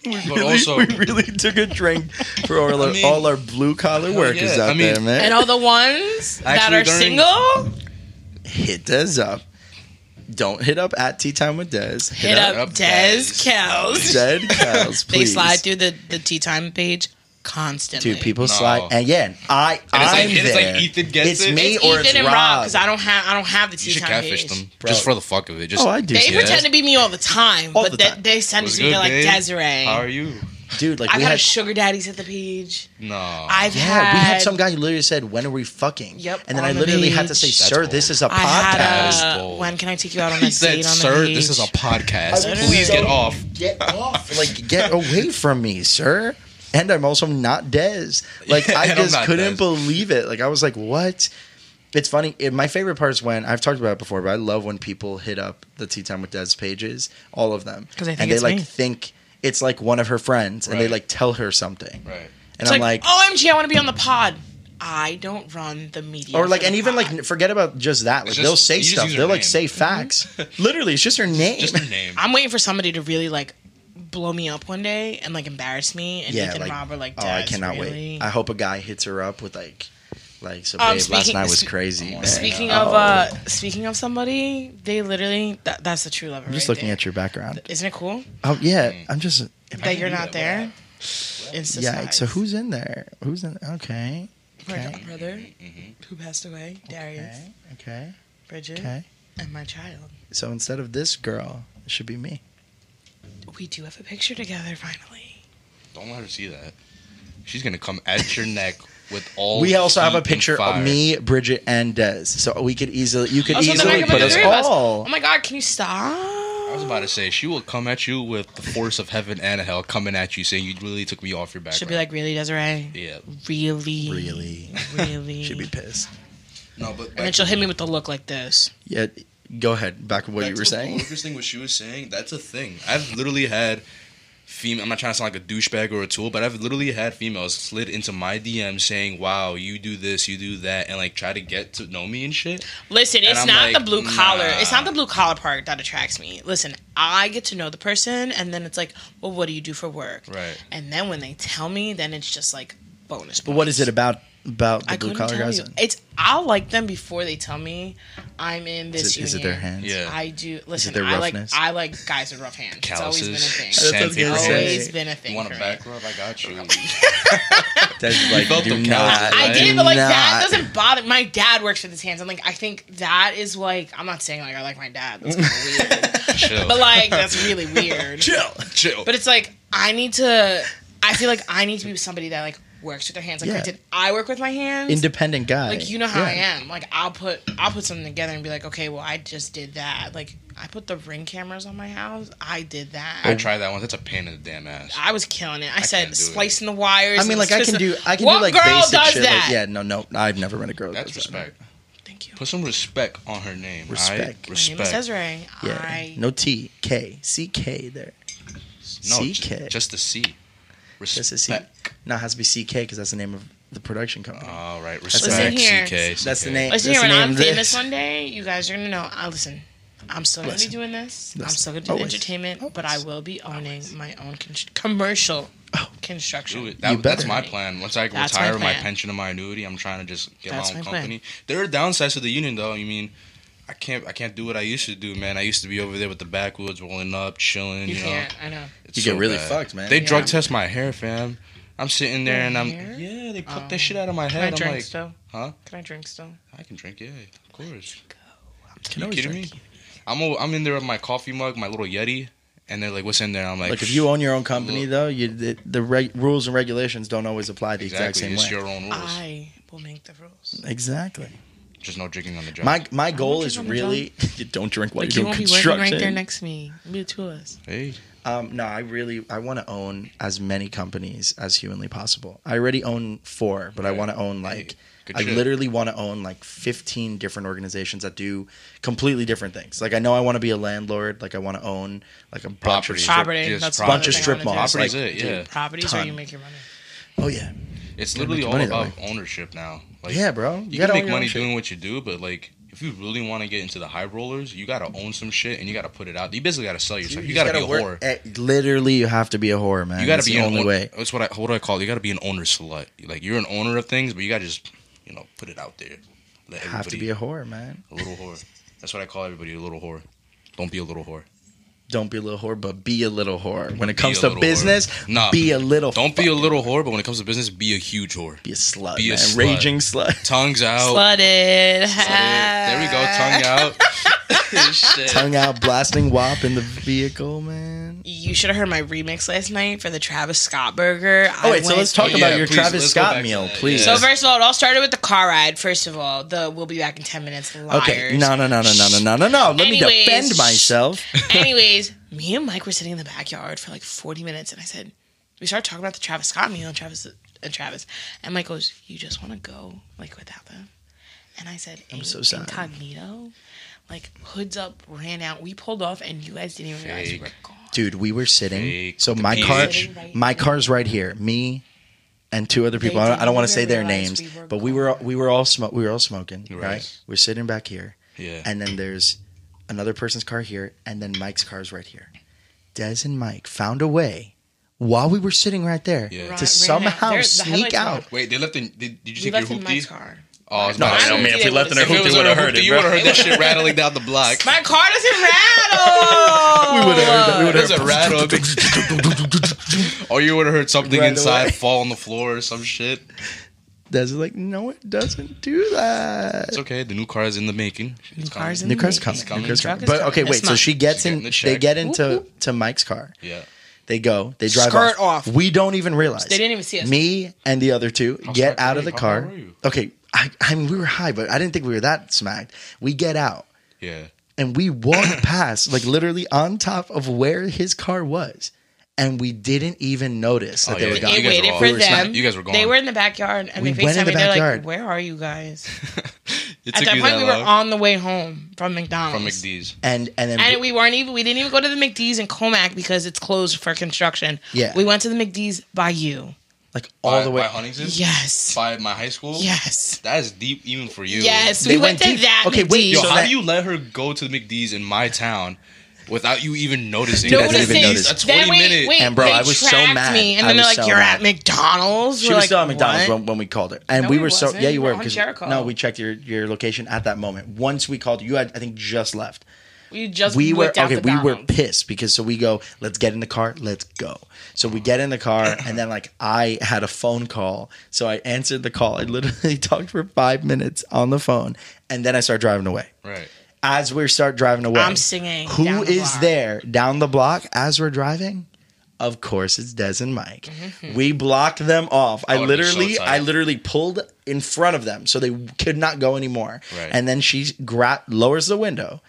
Speaker 2: But
Speaker 3: really,
Speaker 2: also-
Speaker 3: we really took a drink for all our,
Speaker 2: I mean-
Speaker 3: all our blue collar workers
Speaker 2: yeah.
Speaker 3: out
Speaker 2: I mean-
Speaker 3: there, man.
Speaker 1: And all the ones that
Speaker 2: Actually,
Speaker 1: are
Speaker 2: during-
Speaker 1: single,
Speaker 3: hit Dez up. Don't hit up at Tea Time with Dez.
Speaker 1: hit, up,
Speaker 2: up
Speaker 1: Des
Speaker 2: Dez.
Speaker 1: Kells.
Speaker 3: Dez Kells, please.
Speaker 1: They slide through the, the tea time page constantly.
Speaker 3: Dude, people
Speaker 2: No.
Speaker 3: slide. And yeah, I,
Speaker 2: And it's like-
Speaker 3: I'm
Speaker 2: and it's like
Speaker 3: there.
Speaker 2: Ethan gets
Speaker 3: it's
Speaker 2: it.
Speaker 3: me
Speaker 1: It's
Speaker 3: or
Speaker 1: Ethan
Speaker 3: it's
Speaker 1: and Rob
Speaker 3: Rob.
Speaker 1: because I don't have I don't have the tea
Speaker 2: You should
Speaker 1: time
Speaker 2: catfish
Speaker 1: page.
Speaker 2: them
Speaker 3: Bro.
Speaker 2: just for the fuck of it. Just
Speaker 3: oh, I do.
Speaker 1: They
Speaker 3: see that.
Speaker 1: pretend to be me all the time,
Speaker 3: All
Speaker 1: but
Speaker 3: the
Speaker 1: they-
Speaker 3: time.
Speaker 1: they, send it
Speaker 2: What's
Speaker 1: to me. They're
Speaker 2: good,
Speaker 1: like
Speaker 2: babe?
Speaker 1: Desiree.
Speaker 2: How are you?
Speaker 3: Dude, like
Speaker 1: I've
Speaker 3: we
Speaker 1: had
Speaker 3: had.
Speaker 1: sugar daddies at the page.
Speaker 2: No.
Speaker 1: I've
Speaker 3: yeah,
Speaker 1: had
Speaker 3: we had some guy who literally said, "When are we fucking?"
Speaker 1: Yep,
Speaker 3: And then I
Speaker 1: on the
Speaker 3: literally had to say,
Speaker 1: beach.
Speaker 3: "Sir,
Speaker 2: That's
Speaker 3: this
Speaker 2: bold.
Speaker 3: is
Speaker 1: I
Speaker 3: a podcast."
Speaker 1: had
Speaker 2: podcast.
Speaker 1: a.
Speaker 2: Bold.
Speaker 1: When can I take you out on a date
Speaker 2: he
Speaker 1: on
Speaker 2: said,
Speaker 1: the
Speaker 2: "Sir,
Speaker 1: beach?"
Speaker 2: this is a podcast.
Speaker 3: I was
Speaker 2: Please
Speaker 3: so-
Speaker 2: get off."
Speaker 3: get off. Like, get away from me, sir. And I'm also not Dez. Like,
Speaker 2: Yeah, and
Speaker 3: I
Speaker 2: I'm
Speaker 3: just
Speaker 2: not
Speaker 3: couldn't
Speaker 2: Dez.
Speaker 3: believe it. Like, I was like, what? It's funny. It, my favorite part is when I've talked about it before, but I love when people hit up the Tea Time with Dez pages, all of them.
Speaker 1: 'Cause they think
Speaker 3: and they
Speaker 1: it's
Speaker 3: like
Speaker 1: me.
Speaker 3: think it's like one of her friends and they
Speaker 2: Right.
Speaker 3: like tell her something.
Speaker 2: Right.
Speaker 3: And
Speaker 1: It's
Speaker 3: I'm
Speaker 1: like,
Speaker 3: like,
Speaker 1: OMG, I want to be on the pod. I don't run the media.
Speaker 3: or
Speaker 1: for
Speaker 3: like,
Speaker 1: the
Speaker 3: and even
Speaker 1: pod.
Speaker 3: like, forget about just that. Like,
Speaker 2: It's
Speaker 3: they'll
Speaker 2: just-
Speaker 3: say
Speaker 2: you just
Speaker 3: stuff.
Speaker 2: use her
Speaker 3: They'll like
Speaker 2: name. Mm-hmm.
Speaker 3: say facts. Literally, it's just her name.
Speaker 2: Just a name.
Speaker 1: I'm waiting for somebody to really like blow me up one day and like embarrass me. And
Speaker 3: yeah,
Speaker 1: Ethan
Speaker 3: like,
Speaker 1: Rob are like,
Speaker 3: oh, I
Speaker 1: "Des,
Speaker 3: cannot
Speaker 1: really?"
Speaker 3: wait. I hope a guy hits her up with like, like, so babe,
Speaker 1: Um,
Speaker 3: last
Speaker 1: speaking-
Speaker 3: night was
Speaker 1: spe-
Speaker 3: crazy. man."
Speaker 1: Speaking
Speaker 3: Oh.
Speaker 1: of uh, speaking of somebody, they literally that, that's a true lover.
Speaker 3: I'm just looking at your background.
Speaker 1: Isn't it cool
Speaker 3: Oh yeah, I'm just.
Speaker 1: that you're
Speaker 2: do
Speaker 1: not
Speaker 2: that?
Speaker 1: there?
Speaker 2: What
Speaker 1: Insta
Speaker 3: Yeah.
Speaker 1: size.
Speaker 3: So who's in there? Who's in? Okay.
Speaker 1: My
Speaker 3: Okay.
Speaker 1: brother
Speaker 2: Mm-hmm.
Speaker 1: who passed away, Darius,
Speaker 3: Okay. Okay.
Speaker 1: Bridget,
Speaker 3: Okay.
Speaker 1: and my child.
Speaker 3: So instead of this girl, it should be me.
Speaker 1: We do have a picture together finally.
Speaker 2: Don't let her see that. She's gonna come at your neck with all.
Speaker 3: we also have
Speaker 2: heat
Speaker 3: a
Speaker 2: and
Speaker 3: picture of
Speaker 2: fire.
Speaker 3: me, Bridget, and Des. So we could easily, you could
Speaker 1: Oh, so then I
Speaker 3: easily
Speaker 1: can put
Speaker 3: put
Speaker 1: the
Speaker 3: us
Speaker 1: three of us. Oh
Speaker 3: all.
Speaker 1: my god, can you stop?
Speaker 2: I was about to say she will come at you with the force of heaven and hell coming at you, saying you really took me off your back.
Speaker 1: Should be like, really, Desiree?
Speaker 2: yeah,
Speaker 1: Really?
Speaker 3: Really,
Speaker 1: Really?
Speaker 3: should be pissed.
Speaker 2: no, but
Speaker 1: And then she'll hit me with the look like this.
Speaker 3: Yeah. Go ahead. Back to what
Speaker 2: back
Speaker 3: you
Speaker 2: to
Speaker 3: were
Speaker 2: the
Speaker 3: saying.
Speaker 2: Lucas thing, what she was saying, that's a thing. I've literally had female. I'm not trying to sound like a douchebag or a tool, but I've literally had females slid into my DM saying, "Wow, you do this, you do that," and like try to get to know me and shit.
Speaker 1: Listen,
Speaker 2: And
Speaker 1: it's
Speaker 2: I'm
Speaker 1: not
Speaker 2: like,
Speaker 1: the blue collar.
Speaker 2: nah.
Speaker 1: It's not the blue collar part that attracts me. Listen, I get to know the person, and then it's like, well, what do you do for work?
Speaker 2: Right.
Speaker 1: And then when they tell me, then it's just like bonus.
Speaker 3: But what is it
Speaker 1: points.
Speaker 3: about about the
Speaker 1: I
Speaker 3: blue
Speaker 1: couldn't
Speaker 3: collar
Speaker 1: tell
Speaker 3: guys?
Speaker 1: you. It's I'll like them before they tell me I'm in this
Speaker 3: Is it,
Speaker 1: union.
Speaker 3: is it their hands?
Speaker 2: Yeah.
Speaker 1: I do. Listen,
Speaker 3: their
Speaker 1: I like
Speaker 3: roughness?
Speaker 1: I like guys with rough hands.
Speaker 2: Calluses,
Speaker 1: It's
Speaker 3: That's what I
Speaker 2: sand
Speaker 3: was gonna
Speaker 2: paper
Speaker 1: always been a thing. Always been a
Speaker 2: hands.
Speaker 3: say.
Speaker 1: thing.
Speaker 2: You want a
Speaker 1: for me.
Speaker 2: back rub? I got you.
Speaker 3: That's like
Speaker 2: felt
Speaker 3: do
Speaker 2: them
Speaker 3: not.
Speaker 2: count,
Speaker 1: I
Speaker 2: right?
Speaker 1: did, but like
Speaker 3: not.
Speaker 1: that doesn't bother. My dad works with his hands, and like I think that is like I'm not saying like I like my dad. That's kind of weird.
Speaker 2: Chill,
Speaker 1: But like that's really weird.
Speaker 2: chill.
Speaker 1: But it's like I need to. I feel like I need to be with somebody that like works with their hands. Like
Speaker 3: Yeah.
Speaker 1: I did. I work with my hands.
Speaker 3: independent guy.
Speaker 1: like you know how
Speaker 3: Yeah.
Speaker 1: I am. Like I'll put I'll put something together and be like, okay, well I just did that. Like I put the ring cameras on my house. I did that.
Speaker 3: Oh,
Speaker 2: I tried that one. That's a pain in the damn ass.
Speaker 1: I was killing it. I,
Speaker 2: can't do
Speaker 1: said
Speaker 2: it.
Speaker 1: splicing the wires.
Speaker 3: I mean,
Speaker 1: and
Speaker 3: like I can
Speaker 1: twisting-
Speaker 3: do, I can
Speaker 1: what
Speaker 3: do like
Speaker 1: girl
Speaker 3: basic
Speaker 1: does
Speaker 3: shit.
Speaker 1: That?
Speaker 3: Like, yeah, no, no, I've never met a girl. that
Speaker 2: That's
Speaker 3: does that.
Speaker 2: respect.
Speaker 1: Thank you.
Speaker 2: Put some respect on her name.
Speaker 3: Respect.
Speaker 2: Respect.
Speaker 3: My
Speaker 1: My name is
Speaker 2: Respect.
Speaker 1: Desiree.
Speaker 3: Yeah,
Speaker 1: I
Speaker 3: no T K C K there.
Speaker 2: No,
Speaker 3: CK.
Speaker 2: just, just the C. Respect. Uh,
Speaker 3: That's a C. No, it has to be C K because that's the name of the production company.
Speaker 2: All right.
Speaker 3: the
Speaker 2: Respect.
Speaker 1: name. Listen
Speaker 2: CK.
Speaker 1: here.
Speaker 3: That's the
Speaker 2: CK.
Speaker 1: Listen
Speaker 3: name. That's
Speaker 1: here,
Speaker 3: the
Speaker 1: when
Speaker 3: name
Speaker 1: I'm
Speaker 3: of this.
Speaker 1: famous one day, you guys are gonna know. I listen. I'm still gonna
Speaker 3: Listen.
Speaker 1: be doing this. I'm
Speaker 3: Listen.
Speaker 1: still gonna do
Speaker 3: Always.
Speaker 1: entertainment, but I
Speaker 3: Always.
Speaker 1: will be owning my own con- commercial construction.
Speaker 2: Do it. That-
Speaker 3: You
Speaker 2: that's
Speaker 3: better.
Speaker 2: my plan. Once I
Speaker 1: That's my
Speaker 2: retire my
Speaker 1: plan.
Speaker 2: pension and my annuity, I'm trying to just get
Speaker 1: That's
Speaker 2: my own
Speaker 1: my plan.
Speaker 2: company. There are downsides to the union, though. I mean, I can't I can't do what I used to do, man. I used to be over there with the backwoods, rolling up, chilling.
Speaker 1: You
Speaker 2: You, know,
Speaker 1: can't. I know.
Speaker 2: It's
Speaker 3: You
Speaker 2: so
Speaker 3: get really
Speaker 2: bad.
Speaker 3: fucked, man.
Speaker 2: They
Speaker 1: Yeah.
Speaker 2: drug test my hair, fam. I'm sitting there and I'm
Speaker 1: Your hair?
Speaker 2: yeah. They plucked
Speaker 1: Oh.
Speaker 2: that shit out of my
Speaker 1: Can I
Speaker 2: head. I'm
Speaker 1: drink
Speaker 2: like,
Speaker 1: still?
Speaker 2: huh?
Speaker 1: Can I drink still?
Speaker 2: I can drink, yeah, of course.
Speaker 3: Can
Speaker 2: you
Speaker 3: always
Speaker 2: kidding
Speaker 3: drink.
Speaker 2: me? I'm o- I'm in there with my coffee mug, my little Yeti, and they're like, "What's in there?" I'm like,
Speaker 3: Like if you own your own company, though, you the, the reg, rules and regulations don't always apply the
Speaker 2: exactly,
Speaker 3: exact same
Speaker 2: it's
Speaker 3: way.
Speaker 2: your own rules.
Speaker 1: I will make the rules.
Speaker 3: exactly.
Speaker 2: Just no drinking on the job.
Speaker 3: My my goal
Speaker 1: you
Speaker 3: is
Speaker 1: on the
Speaker 3: really you don't drink while
Speaker 1: Like you
Speaker 3: you're
Speaker 1: won't
Speaker 3: doing
Speaker 1: be working right there
Speaker 3: construction.
Speaker 1: next to me. It'll be the two of us.
Speaker 2: hey,
Speaker 3: Um, no, I really I want to own as many companies as humanly possible. I already own four, but I
Speaker 2: Right.
Speaker 3: want to own
Speaker 2: Hey,
Speaker 3: like
Speaker 2: good
Speaker 3: I
Speaker 2: shit.
Speaker 3: literally want to own like 15 different organizations that do completely different things. Like I know I want to be a landlord. Like I want to own like a bunch of
Speaker 2: Property.
Speaker 3: strip-
Speaker 1: Property.
Speaker 2: Just
Speaker 1: that's
Speaker 2: property.
Speaker 3: bunch of
Speaker 1: another
Speaker 3: strip
Speaker 1: thing I wanna
Speaker 3: malls.
Speaker 1: do.
Speaker 2: Property's it,
Speaker 3: like,
Speaker 2: yeah.
Speaker 1: Properties where
Speaker 3: ton.
Speaker 1: you make your money.
Speaker 3: Oh yeah,
Speaker 2: it's
Speaker 3: You're
Speaker 2: literally
Speaker 3: making
Speaker 2: all
Speaker 3: money that
Speaker 2: about ownership now. Like,
Speaker 3: yeah, bro.
Speaker 2: you,
Speaker 3: gotta
Speaker 2: can make
Speaker 3: own your own
Speaker 2: money
Speaker 3: shit.
Speaker 2: doing what you do, but like, if you really want to get into the high rollers, you gotta own some shit and you gotta put it out. You basically gotta sell yourself.
Speaker 3: Dude,
Speaker 2: you,
Speaker 3: just
Speaker 2: gotta, be a
Speaker 3: work
Speaker 2: whore.
Speaker 3: at- literally, you have to be a whore, man.
Speaker 2: You gotta
Speaker 3: That's
Speaker 2: be
Speaker 3: the
Speaker 2: an
Speaker 3: only
Speaker 2: own-
Speaker 3: way.
Speaker 2: That's what I what do I call it? You gotta be an owner slut. Like you're an owner of things, but you gotta just you know put it out there. Let
Speaker 3: Have to
Speaker 2: everybody-
Speaker 3: be a whore, man.
Speaker 2: A little whore. That's what I call everybody, a little whore. Don't be a little whore.
Speaker 3: Don't be a little whore, but be a little whore. When it
Speaker 2: Be
Speaker 3: comes
Speaker 2: a
Speaker 3: to
Speaker 2: little
Speaker 3: business,
Speaker 2: whore. Nah.
Speaker 3: be a little.
Speaker 2: Don't be a
Speaker 3: fucking-
Speaker 2: little whore, but when it comes to business, be a huge whore.
Speaker 3: Be a slut,
Speaker 2: be a
Speaker 3: man.
Speaker 2: slut.
Speaker 3: Raging slut.
Speaker 2: Tongues out.
Speaker 1: Flooded.
Speaker 2: Oh. There we go, tongue out. Shit.
Speaker 3: Tongue out, blasting wop in the vehicle, man.
Speaker 1: You should have heard my remix last night for the Travis Scott burger.
Speaker 3: Oh
Speaker 1: I
Speaker 3: wait, so
Speaker 1: went-
Speaker 3: let's talk
Speaker 2: Oh,
Speaker 3: about
Speaker 2: yeah,
Speaker 3: your
Speaker 2: please,
Speaker 3: Travis
Speaker 2: let's go back
Speaker 3: Scott
Speaker 2: to
Speaker 3: meal,
Speaker 2: that,
Speaker 3: please.
Speaker 2: yeah.
Speaker 1: So first of all, it all started with the car ride. First of all, the we'll be back in ten minutes. Liars.
Speaker 3: okay, no, no, no, no, no, no, no, no, no. Let me
Speaker 1: Anyways,
Speaker 3: defend
Speaker 1: shh.
Speaker 3: myself.
Speaker 1: Anyways, me and Mike were sitting in the backyard for like 40 minutes, and I said, we started talking about the Travis Scott meal and Travis and Travis, and Mike goes, "You just want to go like without them?" And I said,
Speaker 3: I'm so
Speaker 1: "In-
Speaker 3: sad."
Speaker 1: Incognito, like hoods up, ran out. We pulled off, and you guys didn't even realize we were
Speaker 2: Fake.
Speaker 1: gone.
Speaker 3: Dude, we were sitting.
Speaker 2: Fake
Speaker 3: So my car,
Speaker 1: Sitting right
Speaker 3: my
Speaker 1: here.
Speaker 3: car's right here. Me and two other people.
Speaker 1: They
Speaker 3: I don't, I
Speaker 1: didn't
Speaker 3: don't want to
Speaker 1: even
Speaker 3: say their
Speaker 1: realize
Speaker 3: names,
Speaker 1: we were
Speaker 3: but we were we were all smo- we were all smoking,
Speaker 2: Right.
Speaker 3: right? We're sitting back here,
Speaker 2: Yeah.
Speaker 3: and then there's another person's car here, and then Mike's car's right here. Des and Mike found a way while we were sitting right there
Speaker 2: Yeah.
Speaker 1: Ran-
Speaker 3: to
Speaker 1: ran
Speaker 3: somehow
Speaker 1: out. There- the
Speaker 3: sneak
Speaker 1: headlights were
Speaker 3: out.
Speaker 1: on.
Speaker 2: Wait, they left in. Did, did
Speaker 1: We
Speaker 2: you take
Speaker 1: left
Speaker 2: your
Speaker 1: in Mike's
Speaker 2: hoopty?
Speaker 1: car.
Speaker 2: Oh, I was
Speaker 3: No,
Speaker 2: about to
Speaker 3: I
Speaker 2: say.
Speaker 1: don't
Speaker 3: don't
Speaker 1: mean,
Speaker 3: man.
Speaker 1: if
Speaker 3: If
Speaker 1: we
Speaker 3: we
Speaker 1: Yeah, left
Speaker 3: left
Speaker 1: in
Speaker 3: in
Speaker 1: our
Speaker 3: our
Speaker 1: if it
Speaker 2: If it
Speaker 3: hoopty,
Speaker 2: was
Speaker 3: we
Speaker 2: on
Speaker 3: would
Speaker 2: a
Speaker 3: have heard
Speaker 2: hoopty,
Speaker 3: it,
Speaker 2: you would have heard that shit rattling down the block.
Speaker 1: My car doesn't rattle.
Speaker 3: We would have heard that. We would
Speaker 2: There's
Speaker 3: have
Speaker 2: a rattle. or you would have heard something
Speaker 3: Right
Speaker 2: inside
Speaker 3: away.
Speaker 2: fall on the floor or some shit.
Speaker 3: Des is like, no, it doesn't do that.
Speaker 2: It's okay. The new car is in the making. It's coming.
Speaker 1: car's in
Speaker 3: New car's
Speaker 1: It's
Speaker 3: coming.
Speaker 2: coming.
Speaker 3: New car's
Speaker 1: Truck
Speaker 3: coming.
Speaker 1: is
Speaker 3: But
Speaker 1: coming.
Speaker 3: okay,
Speaker 1: It's
Speaker 3: wait. So
Speaker 1: not-
Speaker 3: she gets
Speaker 2: She's getting
Speaker 3: in.
Speaker 2: the
Speaker 3: they
Speaker 2: check.
Speaker 3: get into
Speaker 1: Whoop,
Speaker 3: to Mike's car.
Speaker 2: Yeah.
Speaker 3: They go. They drive
Speaker 1: Skirt off.
Speaker 3: We don't even realize.
Speaker 1: They didn't even see us.
Speaker 3: Me and the other two
Speaker 2: How
Speaker 3: get
Speaker 2: smacked
Speaker 3: out
Speaker 2: were
Speaker 3: of the
Speaker 2: you? How
Speaker 3: car.
Speaker 2: high were you?
Speaker 3: Okay, I, I mean we were high, but I didn't think we were that smacked. We get out
Speaker 2: Yeah.
Speaker 3: and we walk past, like literally on top of where his car was, and we didn't even notice that
Speaker 2: Oh,
Speaker 3: they
Speaker 2: yeah,
Speaker 3: were
Speaker 2: you
Speaker 3: gone.
Speaker 1: They
Speaker 2: guys
Speaker 1: waited
Speaker 2: were
Speaker 1: for
Speaker 2: all-
Speaker 3: We were smacked.
Speaker 1: them.
Speaker 2: You guys were
Speaker 1: They
Speaker 2: gone.
Speaker 1: were in the backyard, and
Speaker 3: We
Speaker 1: they
Speaker 3: went in
Speaker 1: FaceTimed
Speaker 3: the
Speaker 1: me. They're like,
Speaker 3: backyard.
Speaker 1: "Where are you guys?"
Speaker 2: It
Speaker 1: At
Speaker 2: took
Speaker 1: that
Speaker 2: you
Speaker 1: point,
Speaker 2: that
Speaker 1: we were
Speaker 2: long.
Speaker 1: on the way home from McDonald's.
Speaker 2: From McD's.
Speaker 3: And and then
Speaker 1: And we weren't even we didn't even go to the McD's in Comac because it's closed for construction.
Speaker 3: Yeah.
Speaker 1: We went to the McD's by you.
Speaker 3: like all
Speaker 2: By-
Speaker 3: the way.
Speaker 2: By Huntington?
Speaker 1: Yes.
Speaker 2: By my high school?
Speaker 1: Yes.
Speaker 2: That is deep even for you.
Speaker 1: Yes.
Speaker 3: They
Speaker 1: we went,
Speaker 3: went
Speaker 1: to
Speaker 3: deep.
Speaker 1: that
Speaker 3: Okay,
Speaker 1: McD's.
Speaker 3: wait,
Speaker 2: Yo,
Speaker 3: So
Speaker 2: how
Speaker 3: that-
Speaker 2: do you let her go to the McD's in my town without you even noticing?
Speaker 3: She doesn't
Speaker 2: That's-
Speaker 3: even notice.
Speaker 2: That's
Speaker 1: Then
Speaker 2: 20
Speaker 1: wait,
Speaker 2: minutes.
Speaker 1: wait,
Speaker 3: And bro,
Speaker 1: they
Speaker 3: I was so
Speaker 1: tracked
Speaker 3: mad.
Speaker 1: Me. And
Speaker 3: I
Speaker 1: then they're
Speaker 3: was
Speaker 1: like,
Speaker 3: so
Speaker 1: "You're
Speaker 3: mad.
Speaker 1: at McDonald's."
Speaker 3: She
Speaker 1: We're
Speaker 3: was
Speaker 1: like,
Speaker 3: still at McDonald's
Speaker 1: "What?"
Speaker 3: when, when we called her, and
Speaker 1: No,
Speaker 3: we
Speaker 1: we
Speaker 3: were so
Speaker 1: wasn't.
Speaker 3: yeah, you
Speaker 1: We're
Speaker 3: were
Speaker 1: on
Speaker 3: because
Speaker 1: Jericho.
Speaker 3: no, we checked your your location at that moment. Once we called you, had I think just left.
Speaker 1: We just
Speaker 3: we were
Speaker 1: whipped out
Speaker 3: okay.
Speaker 1: the
Speaker 3: We were
Speaker 1: McDonald's.
Speaker 3: pissed because so we go. Let's get in the car. Let's go. So we get in the car, and then like I had a phone call, so I answered the call. I literally talked for five minutes on the phone, and then I start driving away.
Speaker 2: Right.
Speaker 3: As we start driving away,
Speaker 1: I'm singing
Speaker 3: Who
Speaker 1: down the
Speaker 3: is
Speaker 1: block.
Speaker 3: there down the block as we're driving? Of course, it's Des and Mike.
Speaker 1: Mm-hmm.
Speaker 3: We blocked them off. I
Speaker 2: I would've been so
Speaker 3: literally, I
Speaker 2: tight.
Speaker 3: literally pulled in front of them so they could not go anymore.
Speaker 2: Right.
Speaker 3: And then she gra- lowers the window,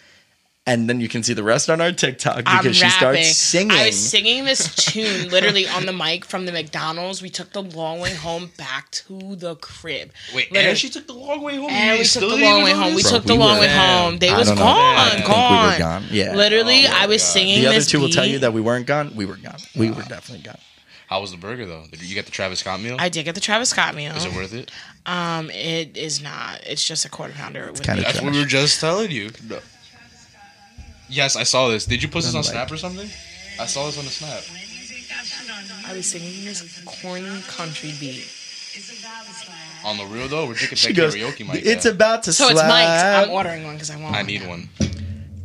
Speaker 3: and then you can see the rest on our TikTok because
Speaker 1: I'm
Speaker 3: she
Speaker 1: rapping.
Speaker 3: starts singing.
Speaker 1: I was singing this tune literally on the mic from the McDonald's. We took the long way home back to the crib.
Speaker 2: Wait,
Speaker 1: Literally.
Speaker 2: and she took the long way home.
Speaker 1: And
Speaker 2: You
Speaker 1: we took
Speaker 2: still
Speaker 1: the
Speaker 2: didn't
Speaker 1: long
Speaker 2: even
Speaker 1: way home. We
Speaker 2: notice?
Speaker 3: Bro,
Speaker 1: took the
Speaker 3: we
Speaker 1: long
Speaker 3: were-
Speaker 1: way
Speaker 2: Damn.
Speaker 1: home. They
Speaker 3: I
Speaker 1: was
Speaker 3: don't
Speaker 1: gone,
Speaker 3: know.
Speaker 1: gone.
Speaker 2: I think we
Speaker 3: were gone. Yeah.
Speaker 1: Literally,
Speaker 2: Oh my
Speaker 1: I was
Speaker 2: God.
Speaker 1: singing.
Speaker 3: the other
Speaker 1: this
Speaker 3: two will tell you
Speaker 1: beat.
Speaker 3: that we weren't gone. We were gone. We were definitely gone.
Speaker 2: How was the burger though? Did you get the Travis Scott meal?
Speaker 1: I did get the Travis Scott meal.
Speaker 2: Is it worth it?
Speaker 1: um, it is not. It's just a quarter pounder. It's
Speaker 3: kinda
Speaker 2: That's what we were just telling you. No. Yes, I saw this. Did you post this on
Speaker 3: Then, like-
Speaker 2: Snap or something? I saw this on the Snap.
Speaker 4: When you think I've stood on
Speaker 1: I was singing this corny country beat.
Speaker 2: On the real though, we're drinking
Speaker 3: She
Speaker 2: that
Speaker 3: goes,
Speaker 2: karaoke mic.
Speaker 3: it's
Speaker 2: yeah.
Speaker 3: about to
Speaker 1: So
Speaker 3: slap.
Speaker 1: it's Mike's. I'm ordering one because I want.
Speaker 2: I
Speaker 1: one
Speaker 2: need
Speaker 1: now.
Speaker 2: one.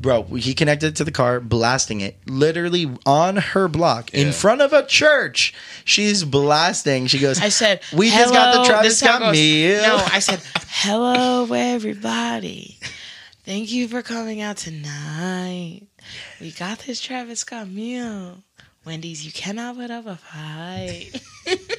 Speaker 3: Bro, he connected it to the car, blasting it literally on her block in
Speaker 2: Yeah.
Speaker 3: front of a church. She's blasting. She goes,
Speaker 1: I said,
Speaker 3: We just got the
Speaker 1: "Hello," this
Speaker 3: Travis
Speaker 1: is how it
Speaker 3: Scott
Speaker 1: goes.
Speaker 3: meal.
Speaker 1: No, I said, hello, everybody. Thank you for coming out tonight. We got this Travis Scott meal. Wendy's, you cannot put up a fight.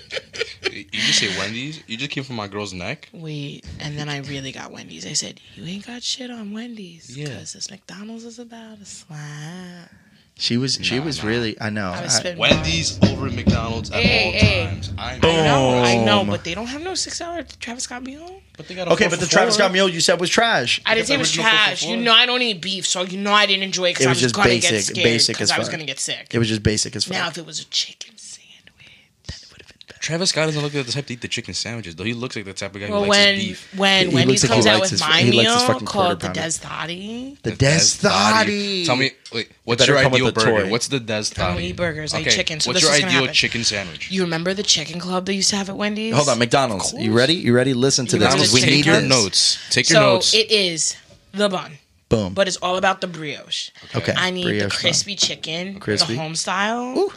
Speaker 2: You just say Wendy's. You just came from my girl's neck.
Speaker 1: Wait, and then I really got Wendy's. I said, you ain't got shit on Wendy's because
Speaker 2: Yeah.
Speaker 1: this McDonald's is about to slap.
Speaker 3: She was, she
Speaker 2: Nah,
Speaker 3: was
Speaker 2: nah.
Speaker 3: really, I know.
Speaker 1: I was
Speaker 3: I-
Speaker 1: spitting
Speaker 2: Wendy's over McDonald's at
Speaker 1: Hey,
Speaker 2: all
Speaker 1: hey.
Speaker 2: times. I
Speaker 1: bars. I know, I know,
Speaker 3: Boom.
Speaker 1: but they don't have no six dollar Travis Scott meal.
Speaker 2: But they got a
Speaker 3: okay,
Speaker 2: four
Speaker 3: but
Speaker 2: for
Speaker 3: the Travis
Speaker 2: four.
Speaker 3: Scott meal you said was trash.
Speaker 1: I didn't
Speaker 2: Yeah,
Speaker 1: say it was
Speaker 2: but original four for
Speaker 1: trash. You
Speaker 2: four.
Speaker 1: know, I don't eat beef, so you know I didn't enjoy it because
Speaker 3: It
Speaker 1: I
Speaker 3: was
Speaker 1: was
Speaker 3: just
Speaker 1: gonna get
Speaker 3: basic-
Speaker 1: scared
Speaker 3: basic
Speaker 1: because
Speaker 3: as
Speaker 1: I was
Speaker 3: fuck.
Speaker 1: gonna get sick.
Speaker 3: It was just basic as fuck.
Speaker 1: Now, if it was a chicken sandwich, then it would have been better.
Speaker 2: Travis Scott doesn't look like the type to eat the chicken sandwiches though. He looks like the type of guy
Speaker 1: Well,
Speaker 2: who likes
Speaker 1: when
Speaker 2: his beef.
Speaker 1: when
Speaker 3: He
Speaker 1: Wendy's
Speaker 3: looks like he
Speaker 1: comes out
Speaker 3: likes
Speaker 1: with
Speaker 3: his-
Speaker 1: my
Speaker 3: he likes his
Speaker 1: meal
Speaker 3: fucking quarter
Speaker 1: called the
Speaker 3: pounder.
Speaker 1: Des Thadi,
Speaker 3: the Des
Speaker 2: Des
Speaker 3: Thotty.
Speaker 2: Tell me, wait, what's
Speaker 3: better
Speaker 2: your
Speaker 3: come with
Speaker 2: ideal
Speaker 3: a toy.
Speaker 2: burger? What's the Des Thotty?
Speaker 1: don't eat burgers, I eat chicken, so
Speaker 2: what's
Speaker 1: this
Speaker 2: your
Speaker 1: is gonna
Speaker 2: ideal
Speaker 1: happen.
Speaker 2: chicken sandwich?
Speaker 1: you remember the chicken club they used to have at Wendy's?
Speaker 3: Hold on, McDonald's. You
Speaker 1: course.
Speaker 3: ready? You ready? Listen to
Speaker 1: You
Speaker 3: this
Speaker 1: ready?
Speaker 3: because we
Speaker 2: take
Speaker 3: need
Speaker 2: your
Speaker 3: this.
Speaker 2: notes. Take your
Speaker 1: So
Speaker 2: notes.
Speaker 1: it is the bun,
Speaker 3: Boom.
Speaker 1: but it's all about the brioche.
Speaker 3: okay.
Speaker 1: I need the
Speaker 3: brioche bun.
Speaker 1: crispy chicken,
Speaker 3: Crispy.
Speaker 1: the home style,
Speaker 3: Ooh.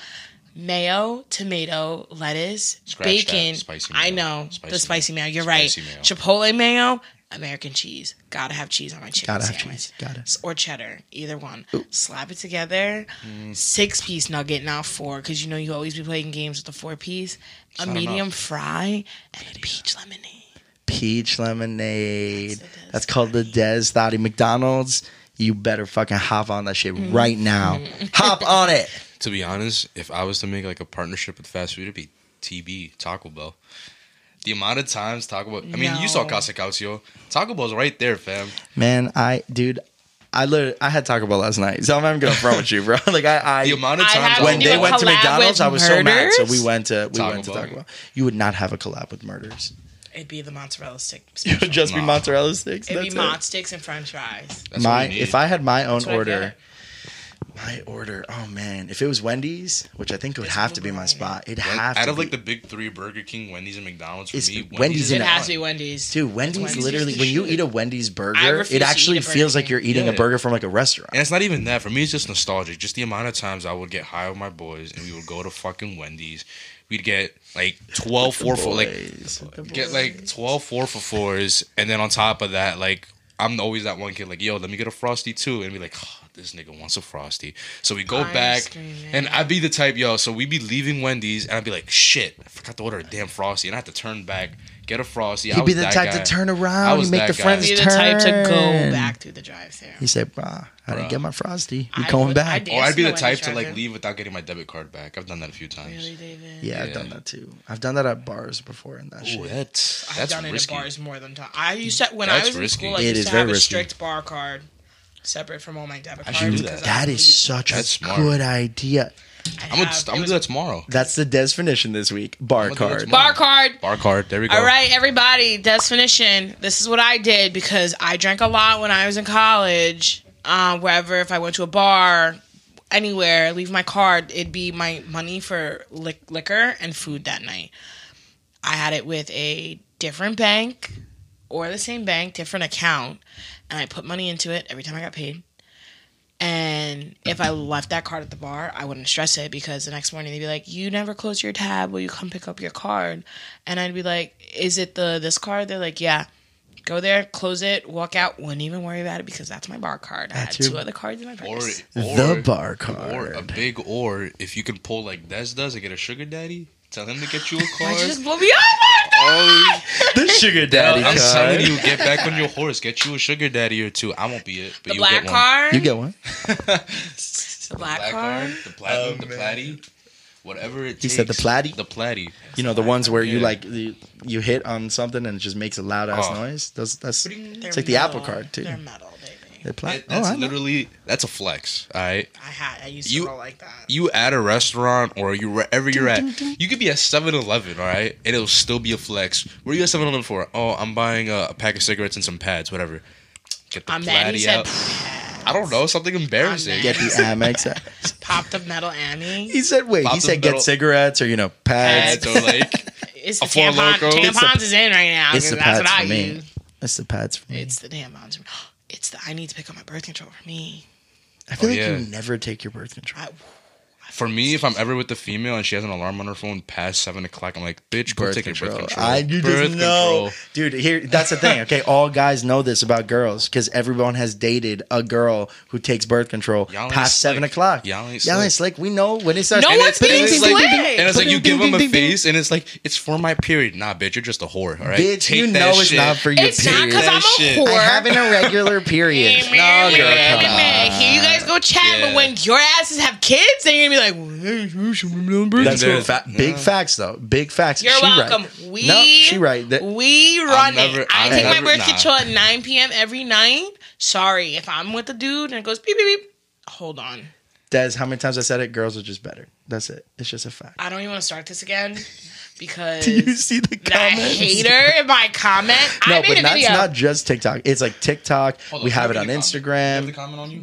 Speaker 1: mayo, tomato, lettuce,
Speaker 2: Scratch
Speaker 1: bacon.
Speaker 2: that, spicy
Speaker 1: I
Speaker 2: mayo,
Speaker 1: know the
Speaker 2: spicy
Speaker 1: spicy mayo. You're
Speaker 2: spicy
Speaker 1: right.
Speaker 2: mayo.
Speaker 1: Chipotle mayo, American cheese. Gotta have cheese on my chicken
Speaker 3: Gotta have
Speaker 1: sandwich.
Speaker 3: cheese. Gotta.
Speaker 1: S- Or cheddar, either one. Slap it together. Six piece nugget, not four, because you know you always be playing games with the four piece. a
Speaker 2: not enough.
Speaker 1: medium fry and a peach lemonade.
Speaker 3: Peach lemonade.
Speaker 1: That's the Des
Speaker 3: That's called the Des Thotty. McDonald's. You better fucking hop on that shit
Speaker 1: Mm-hmm.
Speaker 3: right now. hop on it.
Speaker 2: to be honest, if I was to make like a partnership with fast food, it'd be TB Taco Bell. The amount of times Taco Bell. I mean, you saw
Speaker 1: No.
Speaker 2: Casa Calcio. Taco Bell's right there, fam.
Speaker 3: Man, I dude, I literally I had Taco Bell last night, so I'm not even gonna front with you, bro. Like I,
Speaker 2: The
Speaker 3: I
Speaker 2: amount of
Speaker 1: I
Speaker 2: times
Speaker 1: have
Speaker 2: I
Speaker 3: when
Speaker 1: Do
Speaker 3: they
Speaker 1: a
Speaker 2: went-
Speaker 3: went to
Speaker 1: collab
Speaker 3: McDonald's,
Speaker 1: with
Speaker 3: I was so mad. So we
Speaker 1: Murders?
Speaker 3: went to we
Speaker 2: Taco
Speaker 3: went to
Speaker 2: Bell.
Speaker 3: Taco Bell. You would not have a collab with murders.
Speaker 1: It'd be the mozzarella stick.
Speaker 3: It would just be
Speaker 2: Nah.
Speaker 3: mozzarella sticks.
Speaker 1: It'd be
Speaker 3: that's
Speaker 1: mod sticks and French fries.
Speaker 3: it.
Speaker 2: That's what
Speaker 3: My
Speaker 2: we need.
Speaker 3: if I had my own
Speaker 1: what I
Speaker 3: order, my order. Oh man, if it was Wendy's, which I think it would have to be my spot. It'd
Speaker 2: When-
Speaker 3: have
Speaker 2: out
Speaker 3: to
Speaker 2: of
Speaker 3: be.
Speaker 2: like the big three, Burger King, Wendy's, and McDonald's. For
Speaker 3: It's
Speaker 2: me,
Speaker 3: Wendy's
Speaker 2: Wendy's,
Speaker 3: and
Speaker 1: It
Speaker 2: is
Speaker 3: Yeah.
Speaker 1: has to be Wendy's.
Speaker 3: Dude, Wendy's,
Speaker 1: Wendy's
Speaker 3: literally
Speaker 1: is the
Speaker 3: when you
Speaker 1: shit.
Speaker 3: eat a Wendy's
Speaker 1: I
Speaker 3: burger,
Speaker 1: refuse
Speaker 3: it
Speaker 1: to eat
Speaker 3: actually
Speaker 1: a Burger
Speaker 3: feels like
Speaker 1: King.
Speaker 3: you're eating a
Speaker 2: Yeah.
Speaker 3: burger from like a restaurant.
Speaker 2: And it's not even that. For me, it's just nostalgic. Just the amount of times I would get high with my boys and we would go to fucking Wendy's. We'd get like 12 four for like
Speaker 3: Boys, the
Speaker 2: get like 12 four for fours. And then on top of that, like I'm always that one kid like, yo, let me get a frosty too. And be like, "Oh, this nigga wants a frosty. So we go
Speaker 1: I'm
Speaker 2: back
Speaker 1: screaming.
Speaker 2: and I'd be the type, yo, so we'd be leaving Wendy's and I'd be like, shit, I forgot to order a damn frosty. And I had to turn back, get a frosty. I
Speaker 3: He'd be
Speaker 2: was
Speaker 3: the
Speaker 2: that
Speaker 3: type
Speaker 2: guy.
Speaker 3: to turn
Speaker 2: I
Speaker 3: around.
Speaker 2: was
Speaker 3: You make
Speaker 2: that
Speaker 3: the
Speaker 2: guy.
Speaker 3: friends
Speaker 1: Be the
Speaker 3: turn.
Speaker 1: type to go back through the drive-through.
Speaker 3: He said, "Bruh, I didn't
Speaker 2: Bruh.
Speaker 3: get my frosty. We
Speaker 1: I
Speaker 3: going
Speaker 1: would- I
Speaker 3: back."
Speaker 1: did.
Speaker 2: Or I'd be the
Speaker 1: Wendy's
Speaker 2: type to
Speaker 1: drive-thru.
Speaker 2: like leave without getting my debit card back. I've done that a few times.
Speaker 1: Really, David?
Speaker 3: Yeah, I've
Speaker 2: Yeah.
Speaker 3: done that too. I've done that at bars before and that
Speaker 2: Ooh,
Speaker 3: shit.
Speaker 2: that's
Speaker 1: I've
Speaker 2: that's
Speaker 1: done
Speaker 2: risky.
Speaker 1: it at bars more than time. I used to when I
Speaker 2: That's
Speaker 1: was
Speaker 2: risky.
Speaker 1: in school. I
Speaker 3: It
Speaker 1: used
Speaker 3: is
Speaker 1: to
Speaker 3: very
Speaker 1: have a
Speaker 3: risky.
Speaker 1: strict bar card, separate from all my debit
Speaker 2: I
Speaker 1: cards.
Speaker 2: should do
Speaker 1: because
Speaker 2: that.
Speaker 1: I
Speaker 3: That
Speaker 1: would
Speaker 3: is such a
Speaker 2: That's smart.
Speaker 3: good idea.
Speaker 1: leave- I'd
Speaker 2: I'm gonna,
Speaker 1: have-
Speaker 2: I'm
Speaker 1: it
Speaker 2: gonna
Speaker 1: was-
Speaker 2: do that tomorrow.
Speaker 3: That's the definition this week. Bar
Speaker 2: I'ma do it
Speaker 3: card.
Speaker 2: tomorrow.
Speaker 1: bar card.
Speaker 2: Bar card. There we go.
Speaker 1: All right, everybody. Definition. This is what I did because I drank a lot when I was in college. Uh, wherever, if I went to a bar, anywhere, leave my card, it'd be my money for lic- liquor and food that night. I had it with a different bank or the same bank, different account, and I put money into it every time I got paid. And if I left that card at the bar, I wouldn't stress it because the next morning they'd be like, "You never close your tab. Will you come pick up your card?" And I'd be like, "Is it the this card?" They're like, "Yeah." Go there, close it, walk out. Wouldn't even worry about it because that's my bar card. I
Speaker 3: That's
Speaker 1: had
Speaker 3: your-
Speaker 1: two other cards in my purse.
Speaker 2: Or, or
Speaker 3: The bar
Speaker 2: Or a
Speaker 3: card.
Speaker 2: big or if you can pull like Des does and get a sugar daddy, tell him to get you a
Speaker 1: I
Speaker 2: card.
Speaker 1: just blew me up.
Speaker 2: oh,
Speaker 3: The sugar
Speaker 2: I'm
Speaker 3: daddy card.
Speaker 2: telling you, get back on your horse. Get you a sugar daddy or two. I won't be it, but
Speaker 1: The
Speaker 2: you
Speaker 1: black
Speaker 2: get one.
Speaker 1: card.
Speaker 3: You get one.
Speaker 1: the black, card.
Speaker 2: Black card, the platinum, the platy, whatever it takes.
Speaker 3: Oh, He said the platy?
Speaker 2: The platy.
Speaker 3: You know the ones where you
Speaker 2: Yeah.
Speaker 3: like you, you hit on something and it just makes a loud ass
Speaker 2: Oh.
Speaker 3: noise. That's that's
Speaker 1: They're
Speaker 3: it's like the Apple
Speaker 1: metal.
Speaker 3: card too.
Speaker 1: They're metal, baby.
Speaker 3: They're pla-
Speaker 2: That-
Speaker 3: oh,
Speaker 2: that's
Speaker 3: I know.
Speaker 2: literally that's a flex. All right.
Speaker 1: I had. I used
Speaker 2: You-
Speaker 1: to roll like that.
Speaker 2: you at a restaurant or you wherever you're at, you could be at 7-Eleven, all right, and it'll still be a flex. What are you at 7-Eleven for? Oh, I'm buying a, a pack of cigarettes and some pads, whatever. Get the
Speaker 1: I'm mad. He
Speaker 2: platy
Speaker 1: Um, said,
Speaker 2: out. I don't know. Something embarrassing.
Speaker 1: Yeah.
Speaker 3: Get the Amex. out.
Speaker 1: Pop the metal Annie.
Speaker 3: He said, "Wait."
Speaker 2: Pop
Speaker 3: he
Speaker 2: the
Speaker 3: said,
Speaker 2: middle-
Speaker 3: "Get cigarettes or you know pads."
Speaker 2: Ads or like
Speaker 1: It's the
Speaker 2: A Four
Speaker 1: tampon.
Speaker 2: Loko. It's
Speaker 1: Tampons is in right now.
Speaker 3: It's
Speaker 1: 'cause
Speaker 3: the
Speaker 1: That's
Speaker 3: pads
Speaker 1: what I
Speaker 3: for me.
Speaker 1: use.
Speaker 3: That's the pads for me.
Speaker 1: It's the tampons. It's the I need to pick up my birth control for me.
Speaker 3: I feel
Speaker 2: Oh,
Speaker 3: like
Speaker 2: yeah.
Speaker 3: you never take your birth control.
Speaker 1: I,
Speaker 2: for me, if I'm ever with the female and she has an alarm on her phone past seven o'clock, I'm like, bitch, go
Speaker 3: Birth
Speaker 2: take
Speaker 3: control.
Speaker 2: your birth control.
Speaker 3: I you
Speaker 2: birth
Speaker 3: just know, dude. Here, that's the thing. Okay, all guys know this about girls because everyone has dated a girl who takes birth control
Speaker 2: Y'all ain't
Speaker 3: past seven
Speaker 2: slick.
Speaker 3: o'clock.
Speaker 2: Y'all ain't
Speaker 3: Y'all
Speaker 2: slick.
Speaker 3: ain't slick. We know when it's starts.
Speaker 1: No
Speaker 3: And
Speaker 1: one's
Speaker 3: it's-
Speaker 1: being
Speaker 2: and it's like,
Speaker 1: slick.
Speaker 2: and it's like you give them a
Speaker 3: Ding, ding, ding,
Speaker 2: face, and it's like it's for my period. Nah, bitch, you're just a whore. All right,
Speaker 3: Bitch, you know it's not for your
Speaker 1: it's not
Speaker 3: period.
Speaker 1: because I'm a
Speaker 2: Shit.
Speaker 1: whore.
Speaker 2: I
Speaker 3: I have an irregular period.
Speaker 1: Hey,
Speaker 2: No,
Speaker 1: man,
Speaker 2: girl,
Speaker 1: man,
Speaker 2: come
Speaker 1: man. Here you guys go chat,
Speaker 2: Yeah.
Speaker 1: but when your asses have kids, then you're gonna be like, "Hey, you should remember."
Speaker 3: That's
Speaker 2: Dude.
Speaker 3: cool. Fa- big
Speaker 2: Yeah.
Speaker 3: facts, though. Big facts.
Speaker 1: You're
Speaker 3: She right.
Speaker 1: welcome. We
Speaker 3: no, she right. That-
Speaker 1: we run
Speaker 2: never-
Speaker 1: it. I
Speaker 2: I'm
Speaker 1: take
Speaker 2: never-
Speaker 1: my birth
Speaker 2: nah.
Speaker 1: control at 9 p.m. every night. Sorry, if I'm with a dude and it goes beep beep beep, hold on.
Speaker 3: Des, how many times I said it? Girls are just better. That's it. It's just a fact.
Speaker 1: I don't even want to start this again because
Speaker 3: Do you see the
Speaker 1: that
Speaker 3: comments?
Speaker 1: hater in my comment.
Speaker 3: No,
Speaker 1: I made
Speaker 3: but
Speaker 1: a
Speaker 3: that's
Speaker 1: video.
Speaker 3: not just TikTok. It's like TikTok. we have it on Instagram.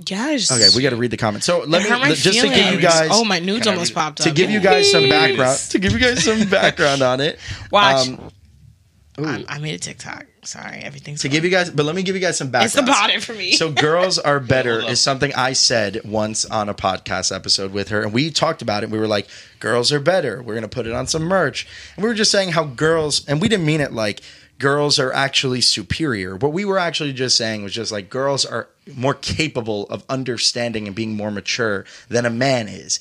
Speaker 1: yes.
Speaker 3: Okay, we got to read the comments. So let
Speaker 1: It
Speaker 3: me
Speaker 1: hurt my
Speaker 3: let- just to give you
Speaker 1: feelings.
Speaker 3: guys
Speaker 1: Oh, my nudes
Speaker 2: Can I
Speaker 1: almost
Speaker 2: read it?
Speaker 1: popped up.
Speaker 3: to give you guys some background to give you guys some background on it. Um,
Speaker 1: Watch.
Speaker 3: ooh,
Speaker 1: I, I made a TikTok. Sorry, everything's
Speaker 3: to give you guys, but let me give you guys some background.
Speaker 1: It's the bottom for me.
Speaker 3: So girls are better
Speaker 2: Hold up.
Speaker 3: is something I said once on a podcast episode with her, and we talked about it. We were like, "Girls are better. We're gonna put it on some merch," and we were just saying how girls, and we didn't mean it like girls are actually superior. What we were actually just saying was just like girls are more capable of understanding and being more mature than a man is.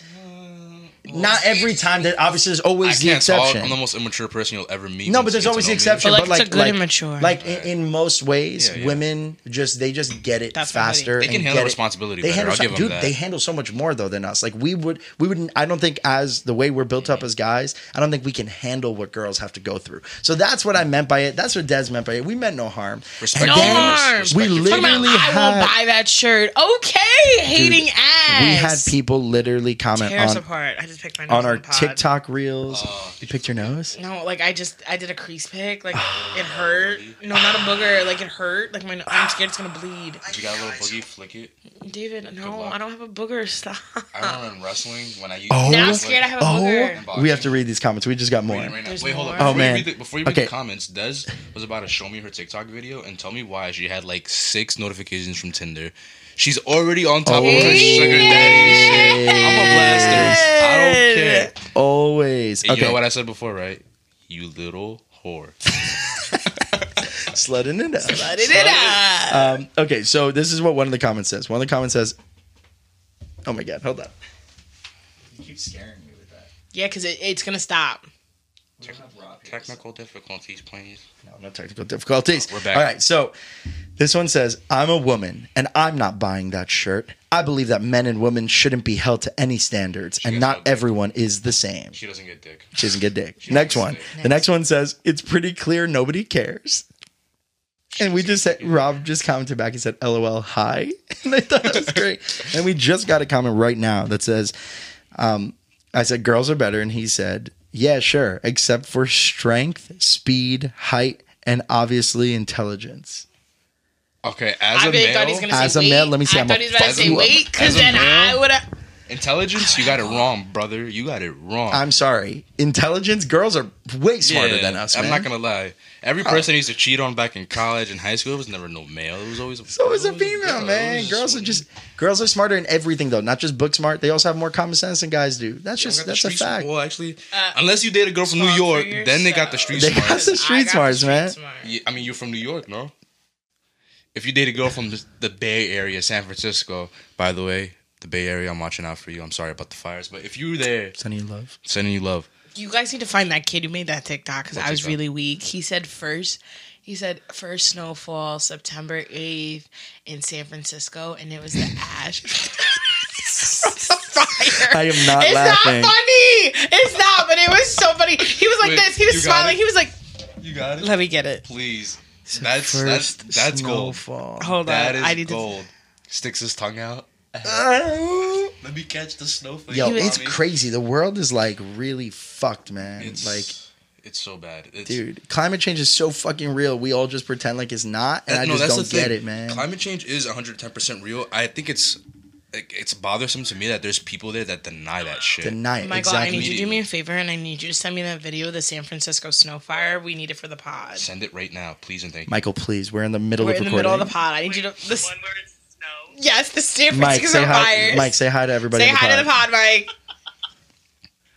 Speaker 2: Mm,
Speaker 3: Not every time that obviously there's
Speaker 2: I
Speaker 3: always the
Speaker 2: can't talk.
Speaker 3: exception.
Speaker 2: I'm the most immature person you'll ever meet.
Speaker 3: No,
Speaker 2: once
Speaker 3: but
Speaker 2: you
Speaker 3: there's
Speaker 2: get to
Speaker 3: always the
Speaker 2: know me.
Speaker 3: exception.
Speaker 1: But,
Speaker 3: But,
Speaker 1: like,
Speaker 3: like,
Speaker 1: it's a good
Speaker 3: like,
Speaker 1: immature.
Speaker 3: Like in, in most ways,
Speaker 2: Yeah, yeah.
Speaker 3: women just they just get it
Speaker 1: That's what I think.
Speaker 3: faster.
Speaker 2: They can
Speaker 3: and
Speaker 2: handle
Speaker 3: get it.
Speaker 2: responsibility
Speaker 3: They
Speaker 2: better,
Speaker 3: handle,
Speaker 2: I'll
Speaker 3: so-
Speaker 2: give 'em
Speaker 3: dude.
Speaker 2: that.
Speaker 3: They handle so much more though than us. Like we would, we wouldn't. I don't think as the way we're built up as guys, I don't think we can handle what girls have to go through. So that's what I meant by it. That's what Des meant by it. We meant no harm.
Speaker 2: Respect
Speaker 1: No
Speaker 2: your
Speaker 3: then
Speaker 2: feelings.
Speaker 1: harm.
Speaker 2: Respect
Speaker 3: We
Speaker 2: your
Speaker 1: Talking
Speaker 2: feelings.
Speaker 1: about,
Speaker 3: literally
Speaker 1: I will
Speaker 3: had-
Speaker 1: buy that shirt. Okay, hating ass.
Speaker 3: We had people literally comment
Speaker 1: tears
Speaker 3: on,
Speaker 1: apart. I just picked my nose
Speaker 3: on our
Speaker 1: the pod.
Speaker 3: TikTok reels.
Speaker 2: Oh,
Speaker 3: you picked your nose.
Speaker 1: No, like I just I did a crease pick. Like it hurt. No, not a booger. Like it hurt. Like my no- I'm scared it's gonna bleed.
Speaker 2: You got a little boogie, flick it.
Speaker 1: David, no,
Speaker 2: luck.
Speaker 1: I don't have a booger. Stop.
Speaker 2: I remember in wrestling when I used.
Speaker 3: Uh, Oh.
Speaker 1: Now I'm scared I have a booger.
Speaker 3: We have to read these comments. We just got more.
Speaker 2: Wait, right now.
Speaker 1: There's
Speaker 2: Wait, hold up.
Speaker 1: more.
Speaker 2: Before
Speaker 3: Oh,
Speaker 2: you
Speaker 3: man.
Speaker 2: read the- before you read
Speaker 3: Okay.
Speaker 2: the comments, Des was about to show me her TikTok video and tell me why she had like six notifications from Tinder. She's already on top of her
Speaker 3: Always.
Speaker 2: sugar daddy shit. I'm a blaster. I don't care.
Speaker 3: Always.
Speaker 2: And
Speaker 3: Okay.
Speaker 2: You know what I said before, right? You little whore.
Speaker 3: Slutting it up.
Speaker 1: But it did. uh,
Speaker 3: Um, okay, so this is what one of the comments says. One of the comments says, "Oh my god, hold on."
Speaker 4: You keep scaring me with that.
Speaker 1: Yeah, because it, it's gonna stop.
Speaker 4: We don't have Rob here.
Speaker 2: Technical difficulties, please.
Speaker 3: No, no technical difficulties.
Speaker 2: We're back.
Speaker 3: All right, so this one says, "I'm a woman, and I'm not buying that shirt. I believe that men and women shouldn't be held to any standards, and
Speaker 2: has
Speaker 3: not
Speaker 2: no dick.
Speaker 3: everyone is the same."
Speaker 2: She doesn't get dick.
Speaker 3: She doesn't get dick.
Speaker 2: She
Speaker 3: Next
Speaker 2: doesn't
Speaker 3: one.
Speaker 2: get
Speaker 3: The next one says, "It's pretty clear nobody cares." And we just said, Rob just commented back and said, LOL, hi. And I thought that was great. and we just got a comment right now that says, um, I said, girls are better. And he said, yeah, sure, except for strength, speed, height, and obviously intelligence.
Speaker 2: Okay, as
Speaker 1: I
Speaker 2: a
Speaker 1: really
Speaker 2: male,
Speaker 1: thought he was gonna
Speaker 3: As
Speaker 1: say
Speaker 3: a
Speaker 1: wait.
Speaker 3: man, let me see,
Speaker 1: I
Speaker 3: I'm
Speaker 1: thought
Speaker 3: a
Speaker 1: he was about to
Speaker 3: fuck
Speaker 1: say
Speaker 3: you up.
Speaker 1: wait, because
Speaker 2: As a
Speaker 1: then I
Speaker 2: male-
Speaker 1: would.
Speaker 2: intelligence, you got it wrong, brother. You got it wrong.
Speaker 3: I'm sorry. Intelligence, girls are way smarter
Speaker 2: Yeah,
Speaker 3: than us.
Speaker 2: I'm
Speaker 3: man. Oh.
Speaker 2: not gonna lie. Every person I used to cheat on back in college and high school it was never no male. It was always a
Speaker 3: So is
Speaker 2: it
Speaker 3: a
Speaker 2: was always
Speaker 3: female,
Speaker 2: girl. It
Speaker 3: man.
Speaker 2: was
Speaker 3: Girls are just girls are smarter in everything though, not just book smart. They also have more common sense than guys do. That's
Speaker 2: They don't
Speaker 3: just
Speaker 2: got the
Speaker 3: that's a
Speaker 2: street smart-
Speaker 3: fact.
Speaker 2: Well, actually,
Speaker 1: Uh,
Speaker 2: unless you date a girl from New
Speaker 1: Sponsor
Speaker 2: York, then they got
Speaker 1: yourself.
Speaker 2: the street
Speaker 3: They got
Speaker 2: smarts.
Speaker 3: the street
Speaker 1: I got the
Speaker 3: smarts, man.
Speaker 1: street smart.
Speaker 2: Yeah, I mean, you're from New York, no? If you date a girl from the- the Bay Area, San Francisco, by the way, the Bay Area, I'm watching out for you. I'm sorry about the fires, but if you were there,
Speaker 3: Sonny love.
Speaker 2: sending you love.
Speaker 1: You guys need to find that kid who made that TikTok because
Speaker 2: What
Speaker 1: I was
Speaker 2: TikTok?
Speaker 1: really weak. He said first, he said first snowfall September eighth in San Francisco, and it was the ash. from the fire.
Speaker 3: I am not
Speaker 1: it's
Speaker 3: laughing.
Speaker 1: not funny. It's not, but it was so funny. He was like
Speaker 2: Wait,
Speaker 1: this. He was
Speaker 2: you got
Speaker 1: smiling.
Speaker 2: it?
Speaker 1: He was like,
Speaker 2: You got
Speaker 1: "Let me get it.
Speaker 2: Please. That's that's that's gold. Oh,
Speaker 1: Hold
Speaker 2: That
Speaker 1: on.
Speaker 2: is
Speaker 1: I need
Speaker 2: gold. Sticks his tongue out. Let me catch the snowflake.
Speaker 3: Yo,
Speaker 1: He was-
Speaker 3: it's crazy. The world is like really fucked, man.
Speaker 2: It's-
Speaker 3: like
Speaker 2: It's so bad. It's,
Speaker 3: Dude, climate change is so fucking real. We all just pretend like it's not, and
Speaker 2: that-
Speaker 3: I
Speaker 2: no,
Speaker 3: just
Speaker 2: that's the
Speaker 3: don't get
Speaker 2: thing.
Speaker 3: it, man.
Speaker 2: Climate change is 110% real. I think it's like, it's bothersome to me that there's people there that deny that shit.
Speaker 3: Deny it.
Speaker 1: Michael, Oh I
Speaker 3: exactly.
Speaker 1: need you to do me a favor and I need you to send me that video of the San Francisco snow fire. We need it for the pod.
Speaker 2: Send it right now, please and thank you.
Speaker 3: Michael, please. We're in the middle
Speaker 1: We're
Speaker 3: of
Speaker 1: in the
Speaker 3: recording.
Speaker 1: middle of the pod. I need you to.
Speaker 5: This...
Speaker 1: This,
Speaker 5: One word snow.
Speaker 1: yes, the San
Speaker 3: Mike,
Speaker 1: Francisco
Speaker 3: say hi.
Speaker 1: fire.
Speaker 3: Mike, say hi to everybody.
Speaker 1: say
Speaker 3: in the
Speaker 1: hi
Speaker 3: pod.
Speaker 1: to the pod, Mike.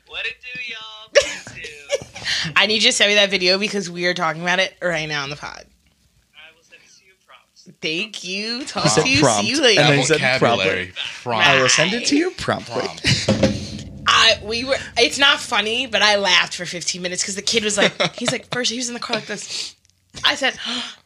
Speaker 5: What it do, y'all? What it do?
Speaker 1: I need you to send me that video because we are talking about it right now on the pod.
Speaker 5: I will send it to you prompt.
Speaker 1: Thank you. Talk
Speaker 3: He said
Speaker 1: to you.
Speaker 3: prompt,
Speaker 1: See you later.
Speaker 3: and then he said
Speaker 2: Vocabulary.
Speaker 3: I will
Speaker 2: Prompt.
Speaker 3: send it to you promptly.
Speaker 2: Prompt.
Speaker 1: I we were. It's not funny, but I laughed for 15 minutes because the kid was like, he's like, first he was in the car like this. I said,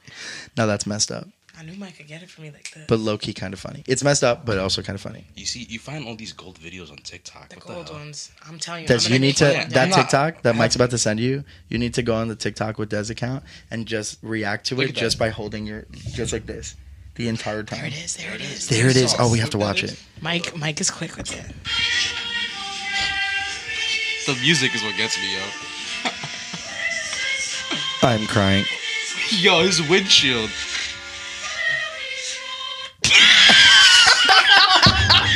Speaker 3: No, that's messed up.
Speaker 1: I knew Mike could get it for me like this.
Speaker 3: But low key, kind of funny. It's messed up, but also kind of funny.
Speaker 2: You see, you find all these gold videos on TikTok.
Speaker 1: the
Speaker 2: What
Speaker 1: gold
Speaker 2: the hell?
Speaker 1: ones. I'm telling you. I'm
Speaker 3: Des,
Speaker 1: gonna
Speaker 3: you
Speaker 1: make
Speaker 3: need
Speaker 1: one
Speaker 3: to
Speaker 1: one day.
Speaker 3: that
Speaker 2: I'm not-
Speaker 3: TikTok that Mike's about to send you. You need to go on the TikTok with Des account and just react to
Speaker 2: Look
Speaker 3: it
Speaker 2: at that.
Speaker 3: just by holding your just like this the entire
Speaker 1: There
Speaker 3: time.
Speaker 1: it is. There it is.
Speaker 3: There it is. Oh, we have
Speaker 2: Look
Speaker 3: to
Speaker 2: at
Speaker 3: watch
Speaker 2: this.
Speaker 3: it.
Speaker 1: Mike. Mike is quick with it.
Speaker 2: The music is what gets me, yo.
Speaker 3: I'm crying.
Speaker 2: Yo, his windshield.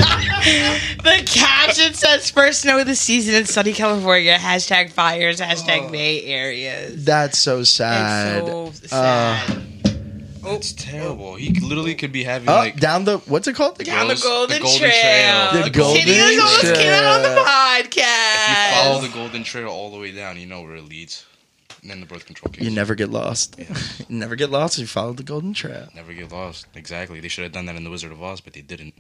Speaker 1: The caption says first snow of the season in sunny California. Hashtag fires. Hashtag Bay Areas.
Speaker 3: That's so
Speaker 1: It's
Speaker 3: sad. Uh,
Speaker 1: so sad.
Speaker 2: Oh, it's terrible. He literally could be having
Speaker 3: oh,
Speaker 2: like
Speaker 3: down the what's it called?
Speaker 1: down the
Speaker 2: goes-
Speaker 1: golden,
Speaker 2: the Golden
Speaker 1: trail.
Speaker 2: Trail.
Speaker 3: The Golden
Speaker 1: Kitty was almost
Speaker 3: Trail.
Speaker 1: came out on the
Speaker 2: you
Speaker 1: podcast.
Speaker 2: follow the golden trail all the way down, you know where it leads. And then the birth control case.
Speaker 3: You never get lost. you never get lost if you follow the golden trail.
Speaker 2: Never get lost. Exactly. They should have done that in The Wizard of Oz, but they didn't.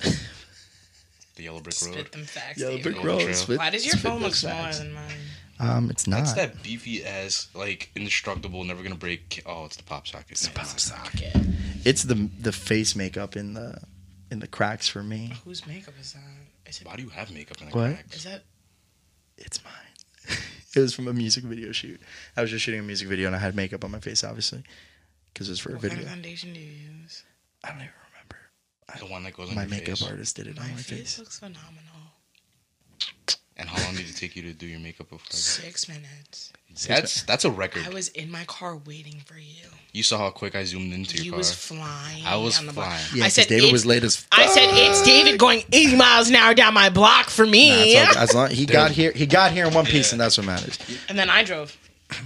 Speaker 2: the Yellow Brick Road.
Speaker 1: Spit them facts.
Speaker 3: Yellow
Speaker 1: David.
Speaker 3: brick
Speaker 2: Golden
Speaker 3: road.
Speaker 2: Trail.
Speaker 3: spit-
Speaker 1: Why does your
Speaker 3: spit
Speaker 1: phone look
Speaker 3: those
Speaker 1: smaller
Speaker 3: facts.
Speaker 1: than mine?
Speaker 3: Um, it's not.
Speaker 2: That's that beefy ass, like indestructible, never gonna break. ca- Oh, it's the pop socket. It's the pop socket.
Speaker 1: Okay.
Speaker 3: It's the the face makeup in the in the cracks for me.
Speaker 1: Whose makeup is that? Is it?
Speaker 2: Why do you have makeup in the
Speaker 3: What?
Speaker 2: crack?
Speaker 1: Is that?
Speaker 3: It's mine. it was from a music video shoot. I was just shooting a music video and I had makeup on my face, obviously, because it was for a
Speaker 1: What
Speaker 3: video.
Speaker 1: kind of foundation do you use?
Speaker 3: I don't even remember.
Speaker 2: The one that goes on
Speaker 3: my
Speaker 2: your
Speaker 3: makeup
Speaker 2: face.
Speaker 3: artist did it
Speaker 1: My
Speaker 3: on my
Speaker 1: face
Speaker 3: face.
Speaker 1: looks phenomenal.
Speaker 2: And how long did it take you to do your makeup before? I-
Speaker 1: Six minutes.
Speaker 2: That's that's a record.
Speaker 1: I was in my car waiting for you.
Speaker 2: You saw how quick I zoomed into
Speaker 1: You
Speaker 2: your
Speaker 1: was
Speaker 2: car.
Speaker 1: flying.
Speaker 2: I was
Speaker 1: down the block.
Speaker 2: flying.
Speaker 3: Yeah,
Speaker 1: I
Speaker 3: 'cause
Speaker 1: said
Speaker 3: David
Speaker 1: it's-
Speaker 3: was late as.
Speaker 1: I said it's David going 80 miles an hour down my block for
Speaker 3: Nah,
Speaker 1: me,
Speaker 3: it's all good. as long he got here, he got here in one piece,
Speaker 2: Yeah.
Speaker 3: and that's what matters.
Speaker 1: and then I drove.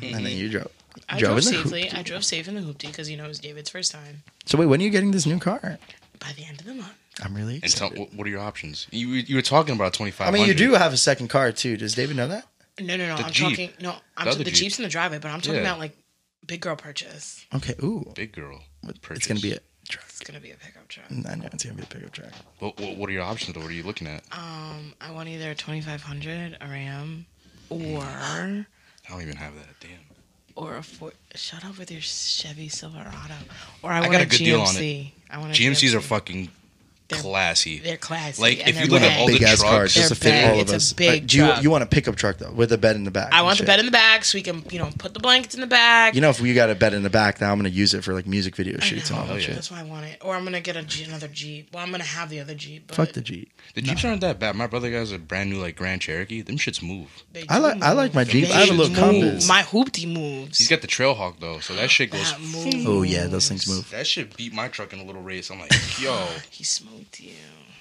Speaker 3: And then you drove.
Speaker 1: I
Speaker 3: Drove
Speaker 1: drove
Speaker 3: in the hoop.
Speaker 1: safely. I drove safe in the hoopty because you know it was David's first time.
Speaker 3: So wait, when are you getting this new car?
Speaker 1: By the end of the month,
Speaker 3: I'm really
Speaker 2: And tell,
Speaker 3: excited.
Speaker 2: wh- what are your options? You, you were talking about twenty five.
Speaker 3: I mean, you do have a second car too. Does David know that?
Speaker 1: no, no, no.
Speaker 2: The
Speaker 1: I'm
Speaker 2: Jeep.
Speaker 1: talking no. I'm
Speaker 2: The
Speaker 1: the,
Speaker 2: other Jeep.
Speaker 1: Jeep's in the driveway, but I'm talking
Speaker 2: Yeah.
Speaker 1: about like big girl purchase.
Speaker 3: Okay. Ooh,
Speaker 2: big girl.
Speaker 3: it's
Speaker 2: purchase.
Speaker 3: gonna be a truck.
Speaker 1: It's gonna be a pickup truck.
Speaker 3: I know it's gonna be a pickup truck.
Speaker 2: What, what, what are your options? though? What are you looking at?
Speaker 1: Um, I want either a 2500 a Ram or
Speaker 2: I don't even have that. Damn.
Speaker 1: or a Ford. Shut up with your Chevy Silverado. Or I,
Speaker 2: got
Speaker 1: want
Speaker 2: a
Speaker 1: GMC.
Speaker 2: good deal on
Speaker 1: I want a
Speaker 2: GMCs
Speaker 1: GMC.
Speaker 2: are fucking
Speaker 1: They're-
Speaker 2: classy.
Speaker 1: They're classy.
Speaker 2: Like,
Speaker 1: and
Speaker 2: if
Speaker 1: they're
Speaker 2: you look at
Speaker 1: big.
Speaker 2: all the
Speaker 3: big ass car
Speaker 2: trucks-
Speaker 3: just to
Speaker 1: They're
Speaker 3: fit all
Speaker 1: big. It's
Speaker 3: of
Speaker 1: a
Speaker 3: us.
Speaker 1: big
Speaker 3: But do you
Speaker 1: truck.
Speaker 3: you want a pickup truck though with a bed in the back?
Speaker 1: I
Speaker 3: and
Speaker 1: want the
Speaker 3: shit.
Speaker 1: bed in the back so we can you know put the blankets in the back.
Speaker 3: You know, if we got a bed in the back, now I'm gonna use it for like music video
Speaker 1: I
Speaker 3: shoots and
Speaker 1: know.
Speaker 3: all that
Speaker 2: Oh, yeah.
Speaker 3: shit.
Speaker 1: That's why I want it. Or I'm gonna get a, G- another Jeep. Well, I'm gonna have the other Jeep. But
Speaker 3: Fuck the Jeep.
Speaker 2: The Jeeps aren't that bad. My brother has a brand new like Grand Cherokee. Them shits move.
Speaker 1: they
Speaker 3: I
Speaker 1: do
Speaker 3: like I like my
Speaker 1: move.
Speaker 3: Jeep.
Speaker 1: They
Speaker 3: I have a little
Speaker 1: move.
Speaker 3: Compass.
Speaker 1: My hoopty moves.
Speaker 2: He's got the Trailhawk though, so that shit goes.
Speaker 1: that moves.
Speaker 3: oh yeah, those things move.
Speaker 2: That shit beat my truck in a little race. I'm like, yo,
Speaker 1: He smoked you.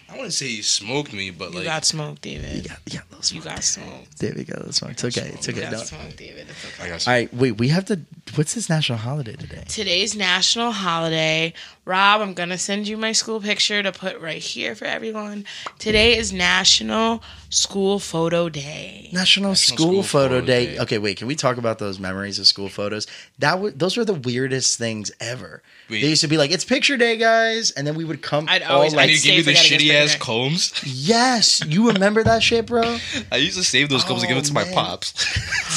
Speaker 2: I wouldn't say he smoked me, but
Speaker 1: You
Speaker 2: like,
Speaker 1: got smoked, David.
Speaker 3: Yeah, yeah, those
Speaker 1: You
Speaker 3: ones.
Speaker 1: got smoked.
Speaker 3: David got those ones. It's okay. It's
Speaker 1: You
Speaker 3: okay.
Speaker 1: got
Speaker 3: No.
Speaker 1: smoked, David. It's okay.
Speaker 2: I got
Speaker 3: All right, wait. We have to. What's this national holiday today?
Speaker 1: Today's national holiday. Rob, I'm gonna send you my school picture to put right here for everyone. Today is National School Photo Day.
Speaker 3: National, School,
Speaker 2: School
Speaker 3: Photo,
Speaker 2: Photo
Speaker 3: Day.
Speaker 2: Day.
Speaker 3: Okay, wait. Can we talk about those memories of school photos? That w- those were the weirdest things ever.
Speaker 2: Wait.
Speaker 3: They used to be like, "It's picture day, guys," and then we would come.
Speaker 1: I'd
Speaker 3: all
Speaker 1: always- I'd
Speaker 2: I
Speaker 3: like,
Speaker 2: need to
Speaker 1: stay
Speaker 2: give you the
Speaker 1: forgetting it's
Speaker 2: shitty ass
Speaker 1: Thursday.
Speaker 2: combs.
Speaker 3: yes, you remember that shit, bro?
Speaker 2: I used to save those combs and give
Speaker 3: Oh,
Speaker 2: it to my
Speaker 3: man.
Speaker 2: pops.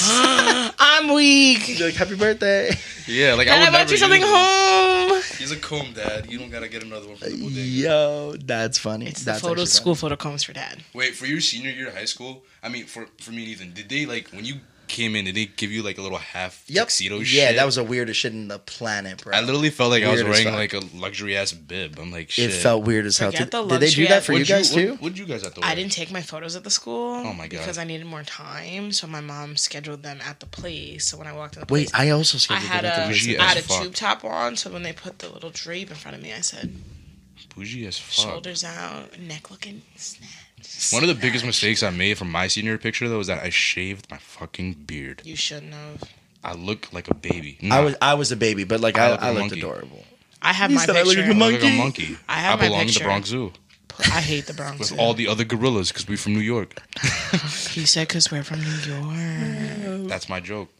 Speaker 1: I'm weak.
Speaker 3: You're like, "Happy birthday."
Speaker 2: yeah, like
Speaker 1: Dad, I
Speaker 2: would
Speaker 1: bought
Speaker 2: never
Speaker 1: you something
Speaker 2: use it.
Speaker 1: home.
Speaker 2: He's a comb, Dad. You don't gotta get another one for the bodega.
Speaker 3: Yo, that's funny.
Speaker 1: It's the
Speaker 3: that's
Speaker 1: photo
Speaker 3: actually
Speaker 1: school photo comes for dad.
Speaker 2: Wait, for your senior year of high school, I mean, for for me and Ethan, did they like when you came in, did they give you like a little half
Speaker 3: Yep.
Speaker 2: tuxedo
Speaker 3: yeah,
Speaker 2: shit?
Speaker 3: that was the weirdest shit in the planet, bro.
Speaker 2: I literally felt like I was
Speaker 3: Weird as
Speaker 2: wearing
Speaker 3: fuck.
Speaker 2: like a luxury ass bib. I'm like,
Speaker 3: it
Speaker 2: shit.
Speaker 3: felt weird as hell.
Speaker 1: Forget
Speaker 3: Did,
Speaker 1: the
Speaker 3: did they do
Speaker 1: luxury
Speaker 3: that for you
Speaker 2: What'd
Speaker 3: guys
Speaker 2: what-
Speaker 3: too?
Speaker 2: What'd you guys have to wear?
Speaker 1: I didn't take my photos at the school.
Speaker 2: Oh my God.
Speaker 1: Because I needed more time, so my mom scheduled them at the place. So when I walked in the place,
Speaker 3: Wait, I also
Speaker 1: I
Speaker 3: scheduled
Speaker 1: had
Speaker 3: it
Speaker 1: a
Speaker 3: at
Speaker 1: I
Speaker 3: the
Speaker 2: bougie
Speaker 1: had a
Speaker 2: as fuck.
Speaker 1: tube top on. So when they put the little drape in front of me, I said
Speaker 2: Bougie as fuck.
Speaker 1: shoulders out, neck looking snatch.
Speaker 2: One of the biggest mistakes I made from my senior picture though was that I shaved my fucking beard.
Speaker 1: You shouldn't have.
Speaker 2: I look like a baby.
Speaker 3: I
Speaker 2: Nah,
Speaker 3: was I was a baby, but like
Speaker 2: I
Speaker 3: I,
Speaker 2: look like
Speaker 3: I,
Speaker 2: a
Speaker 3: looked
Speaker 2: monkey.
Speaker 3: adorable.
Speaker 1: I have
Speaker 3: You
Speaker 1: my
Speaker 3: said I look
Speaker 1: picture.
Speaker 3: like a
Speaker 2: I
Speaker 1: I,
Speaker 2: look like a
Speaker 3: monkey.
Speaker 2: monkey.
Speaker 1: I have my
Speaker 2: belong in the
Speaker 1: picture.
Speaker 2: Bronx Zoo
Speaker 1: hate the Bronx.
Speaker 2: with all the other gorillas because we're from New York.
Speaker 1: he said because we're from New York.
Speaker 2: That's my joke.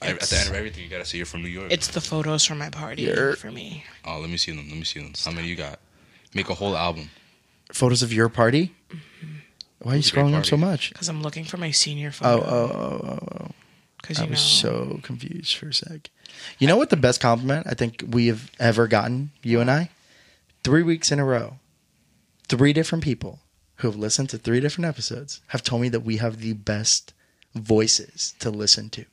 Speaker 2: I- at the
Speaker 1: It's-
Speaker 2: end of everything, you gotta say you're from New York.
Speaker 1: It's the photos from my party
Speaker 3: You're-
Speaker 1: for me.
Speaker 2: Oh, let me see them. Let me see them. How many you got? Make a whole album.
Speaker 3: Photos of your party?
Speaker 1: Mm-hmm.
Speaker 3: Why are you
Speaker 2: was a great
Speaker 3: scrolling up so
Speaker 2: party.
Speaker 3: much?
Speaker 1: Because I'm looking for my senior
Speaker 3: Oh,
Speaker 1: photo.
Speaker 3: oh, oh, oh, oh.
Speaker 1: Because
Speaker 3: I
Speaker 1: you
Speaker 3: was
Speaker 1: know.
Speaker 3: so confused for a sec. You know what the best compliment I think we have ever gotten, you and I? Three weeks in a row, three different people who have listened to three different episodes have told me that we have the best voices to listen to.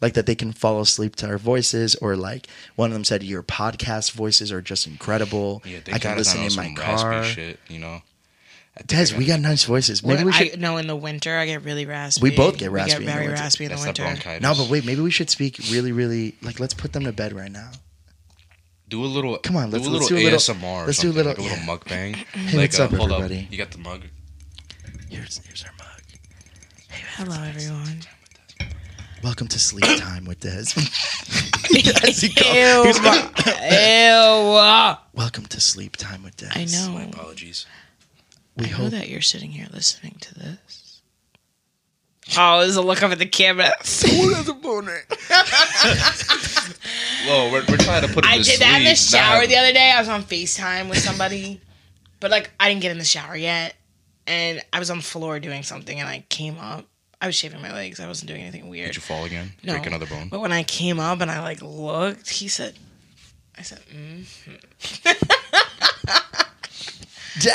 Speaker 3: Like that they can fall asleep to our voices, or like one of them said, Your podcast voices are just incredible.
Speaker 2: Yeah, they
Speaker 3: I
Speaker 2: got
Speaker 3: can
Speaker 2: us
Speaker 3: listen
Speaker 2: on
Speaker 3: in my
Speaker 2: some
Speaker 3: car.
Speaker 2: raspy shit. You know. I think I
Speaker 3: Des, we got nice voices. Maybe
Speaker 1: What-
Speaker 3: we should.
Speaker 1: I, no, in the winter I get really raspy.
Speaker 3: We both get
Speaker 1: We
Speaker 3: raspy in the
Speaker 1: very
Speaker 3: winter.
Speaker 1: raspy in the
Speaker 2: That's the
Speaker 1: winter.
Speaker 2: bronchitis.
Speaker 3: no, but wait, maybe we should speak really, really. Like, let's put them to bed right now.
Speaker 2: Do a little.
Speaker 3: Come on, let's-
Speaker 2: do a
Speaker 3: let's
Speaker 2: little
Speaker 3: do a little-
Speaker 2: ASMR. or
Speaker 3: let's do a
Speaker 2: something,
Speaker 3: little-
Speaker 2: like a little mukbang.
Speaker 3: Hey,
Speaker 2: like,
Speaker 3: what's
Speaker 2: uh,
Speaker 3: up,
Speaker 2: hold
Speaker 3: everybody?
Speaker 2: up. You got the mug.
Speaker 3: Here's, here's our mug.
Speaker 1: Hello, everyone.
Speaker 3: Welcome to sleep time with Des. As he
Speaker 1: Ew.
Speaker 3: goes- he's like,
Speaker 1: Ew.
Speaker 3: Welcome to sleep time with Des.
Speaker 1: I know.
Speaker 2: My apologies.
Speaker 3: We
Speaker 1: I know
Speaker 3: hope
Speaker 1: that you're sitting here listening to this. Oh, there's a look up at the camera.
Speaker 2: Whoa, we're, we're trying to put. It
Speaker 1: I
Speaker 2: to
Speaker 1: did that in the
Speaker 2: sleep,
Speaker 1: shower
Speaker 2: nah.
Speaker 1: the other day. I was on FaceTime with somebody, but like I didn't get in the shower yet. And I was on the floor doing something and I came up. I was shaving my legs. I wasn't doing anything weird.
Speaker 2: Did you fall again?
Speaker 1: No. Oh.
Speaker 2: Break another bone.
Speaker 1: But when I came up and I like looked, he said, I said, mm.
Speaker 3: Des.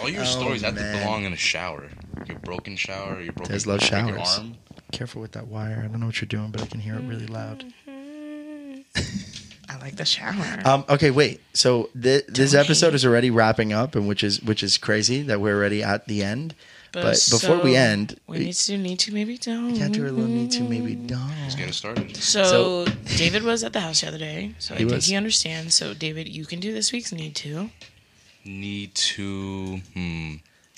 Speaker 2: All your
Speaker 3: Oh,
Speaker 2: stories have to
Speaker 3: man.
Speaker 2: belong in a shower. Your broken shower. Your broken.
Speaker 3: Des loves
Speaker 2: broken
Speaker 3: showers.
Speaker 2: Arm.
Speaker 3: Careful with that wire. I don't know what you're doing, but I can hear it really loud.
Speaker 1: Mm-hmm. I like the shower.
Speaker 3: Um, okay, wait. So th- this
Speaker 1: Don't
Speaker 3: episode
Speaker 1: hate.
Speaker 3: is already wrapping up, and which is which is crazy that we're already at the end. But before we
Speaker 1: so
Speaker 3: end,
Speaker 1: we need to do need to maybe don't.
Speaker 3: we can't do a little need to maybe don't.
Speaker 1: Mm-hmm.
Speaker 2: Let's get it started.
Speaker 1: So, David was at the house the other day, so I
Speaker 3: He
Speaker 1: think
Speaker 3: was.
Speaker 1: he understands. So David, you can do this week's need to.
Speaker 2: Need to. Hmm.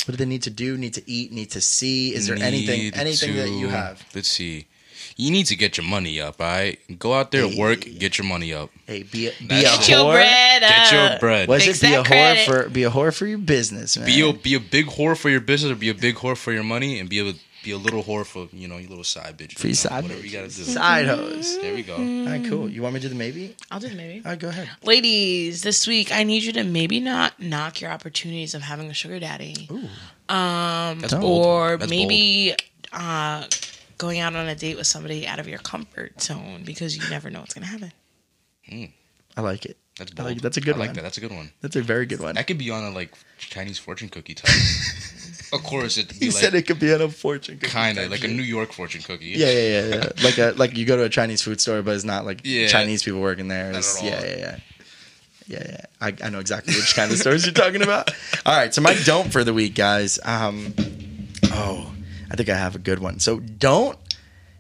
Speaker 3: What do they need to do? Need to eat? Need to see? Is there anything
Speaker 2: need
Speaker 3: anything that you
Speaker 2: to-
Speaker 3: have?
Speaker 2: Let's see. You need to get your money up, all right? Go out there,
Speaker 3: Hey.
Speaker 2: work, get your money up.
Speaker 3: Hey, be a, be
Speaker 2: That's
Speaker 3: a
Speaker 2: Get
Speaker 3: whore.
Speaker 1: Uh,
Speaker 2: Get your bread.
Speaker 3: Was
Speaker 1: Fix
Speaker 3: it be a
Speaker 1: that credit.
Speaker 3: whore for be a whore for your business, man?
Speaker 2: Be a be a big whore for your business, or be a big whore for your money, and be a be a little whore for you know your little side bitch.
Speaker 3: For your
Speaker 2: you know,
Speaker 3: side
Speaker 2: whatever you gotta do.
Speaker 3: side hose.
Speaker 2: There we
Speaker 1: Mm,
Speaker 2: go.
Speaker 3: All right, cool. You want me to do the maybe?
Speaker 1: I'll do maybe.
Speaker 3: All right, go ahead.
Speaker 1: Ladies, this week I need you to maybe not knock your opportunities of having a sugar daddy. Um
Speaker 2: That's bold.
Speaker 1: or
Speaker 2: That's
Speaker 1: maybe uh going out on a date with somebody out of your comfort zone because you never know what's gonna happen.
Speaker 3: I like it.
Speaker 2: That's
Speaker 3: I
Speaker 2: bold.
Speaker 3: like- that's a good
Speaker 2: I like
Speaker 3: one.
Speaker 2: that. That's a good one.
Speaker 3: That's a very good one.
Speaker 2: That could be on a like Chinese fortune cookie type. of course, it'd be
Speaker 3: You
Speaker 2: like
Speaker 3: said it could be an unfortunate. cookie
Speaker 2: kind of
Speaker 3: type
Speaker 2: like a
Speaker 3: shit.
Speaker 2: New York fortune cookie.
Speaker 3: Yeah, yeah, yeah, yeah. like a like you go to a Chinese food store, but it's not like
Speaker 2: Yeah.
Speaker 3: Chinese people working there.
Speaker 2: Not
Speaker 3: It's-
Speaker 2: at all.
Speaker 3: yeah, yeah, yeah. Yeah, yeah. I, I know exactly which kind of stores you're talking about. All right, so my don't for the week, guys. Um, oh, I think I have a good one. So don't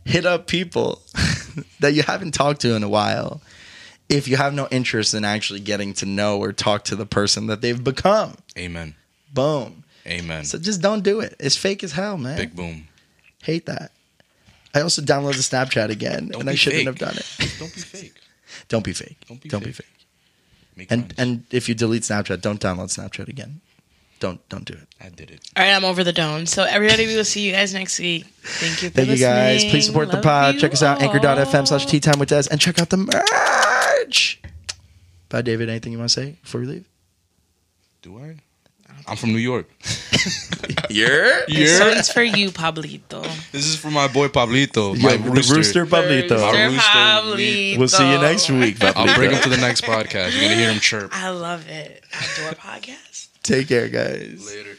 Speaker 3: hit up people that you haven't talked to in a while if you have no interest in actually getting to know or talk to the person that they've become.
Speaker 2: Amen.
Speaker 3: Boom.
Speaker 2: Amen.
Speaker 3: So just don't do it. It's fake as hell, man.
Speaker 2: Big boom.
Speaker 3: Hate that. I also downloaded the Snapchat again,
Speaker 2: Don't
Speaker 3: and I
Speaker 2: be
Speaker 3: shouldn't
Speaker 2: fake.
Speaker 3: have done it.
Speaker 2: Don't be fake.
Speaker 3: Don't be fake.
Speaker 2: Don't be fake. Make
Speaker 3: And
Speaker 2: friends.
Speaker 3: and if you delete Snapchat, don't download Snapchat again. Don't don't do it.
Speaker 2: I did it.
Speaker 1: All right, I'm over the dome. So everybody, we will see you guys next week. Thank you. For
Speaker 3: Thank you guys.
Speaker 1: listening.
Speaker 3: Please support the
Speaker 1: Love
Speaker 3: pod.
Speaker 1: you
Speaker 3: Check us out,
Speaker 1: all.
Speaker 3: anchor.fm slash tea time with Des, and check out the merch. Bye, David. Anything you want to say before we leave?
Speaker 2: Do I? I'm from New York.
Speaker 3: Yeah.
Speaker 1: This one's for you, Pablito.
Speaker 2: This is for my boy Pablito.
Speaker 3: Yeah,
Speaker 2: My rooster.
Speaker 3: Pablito.
Speaker 2: Our
Speaker 1: Sir
Speaker 2: rooster,
Speaker 1: Pablito.
Speaker 3: We'll see you next week.
Speaker 2: I'll bring him
Speaker 3: Pablito.
Speaker 2: to the next podcast. You're gonna hear him chirp
Speaker 1: I love it. Outdoor podcast.
Speaker 3: Take care, guys.
Speaker 2: later.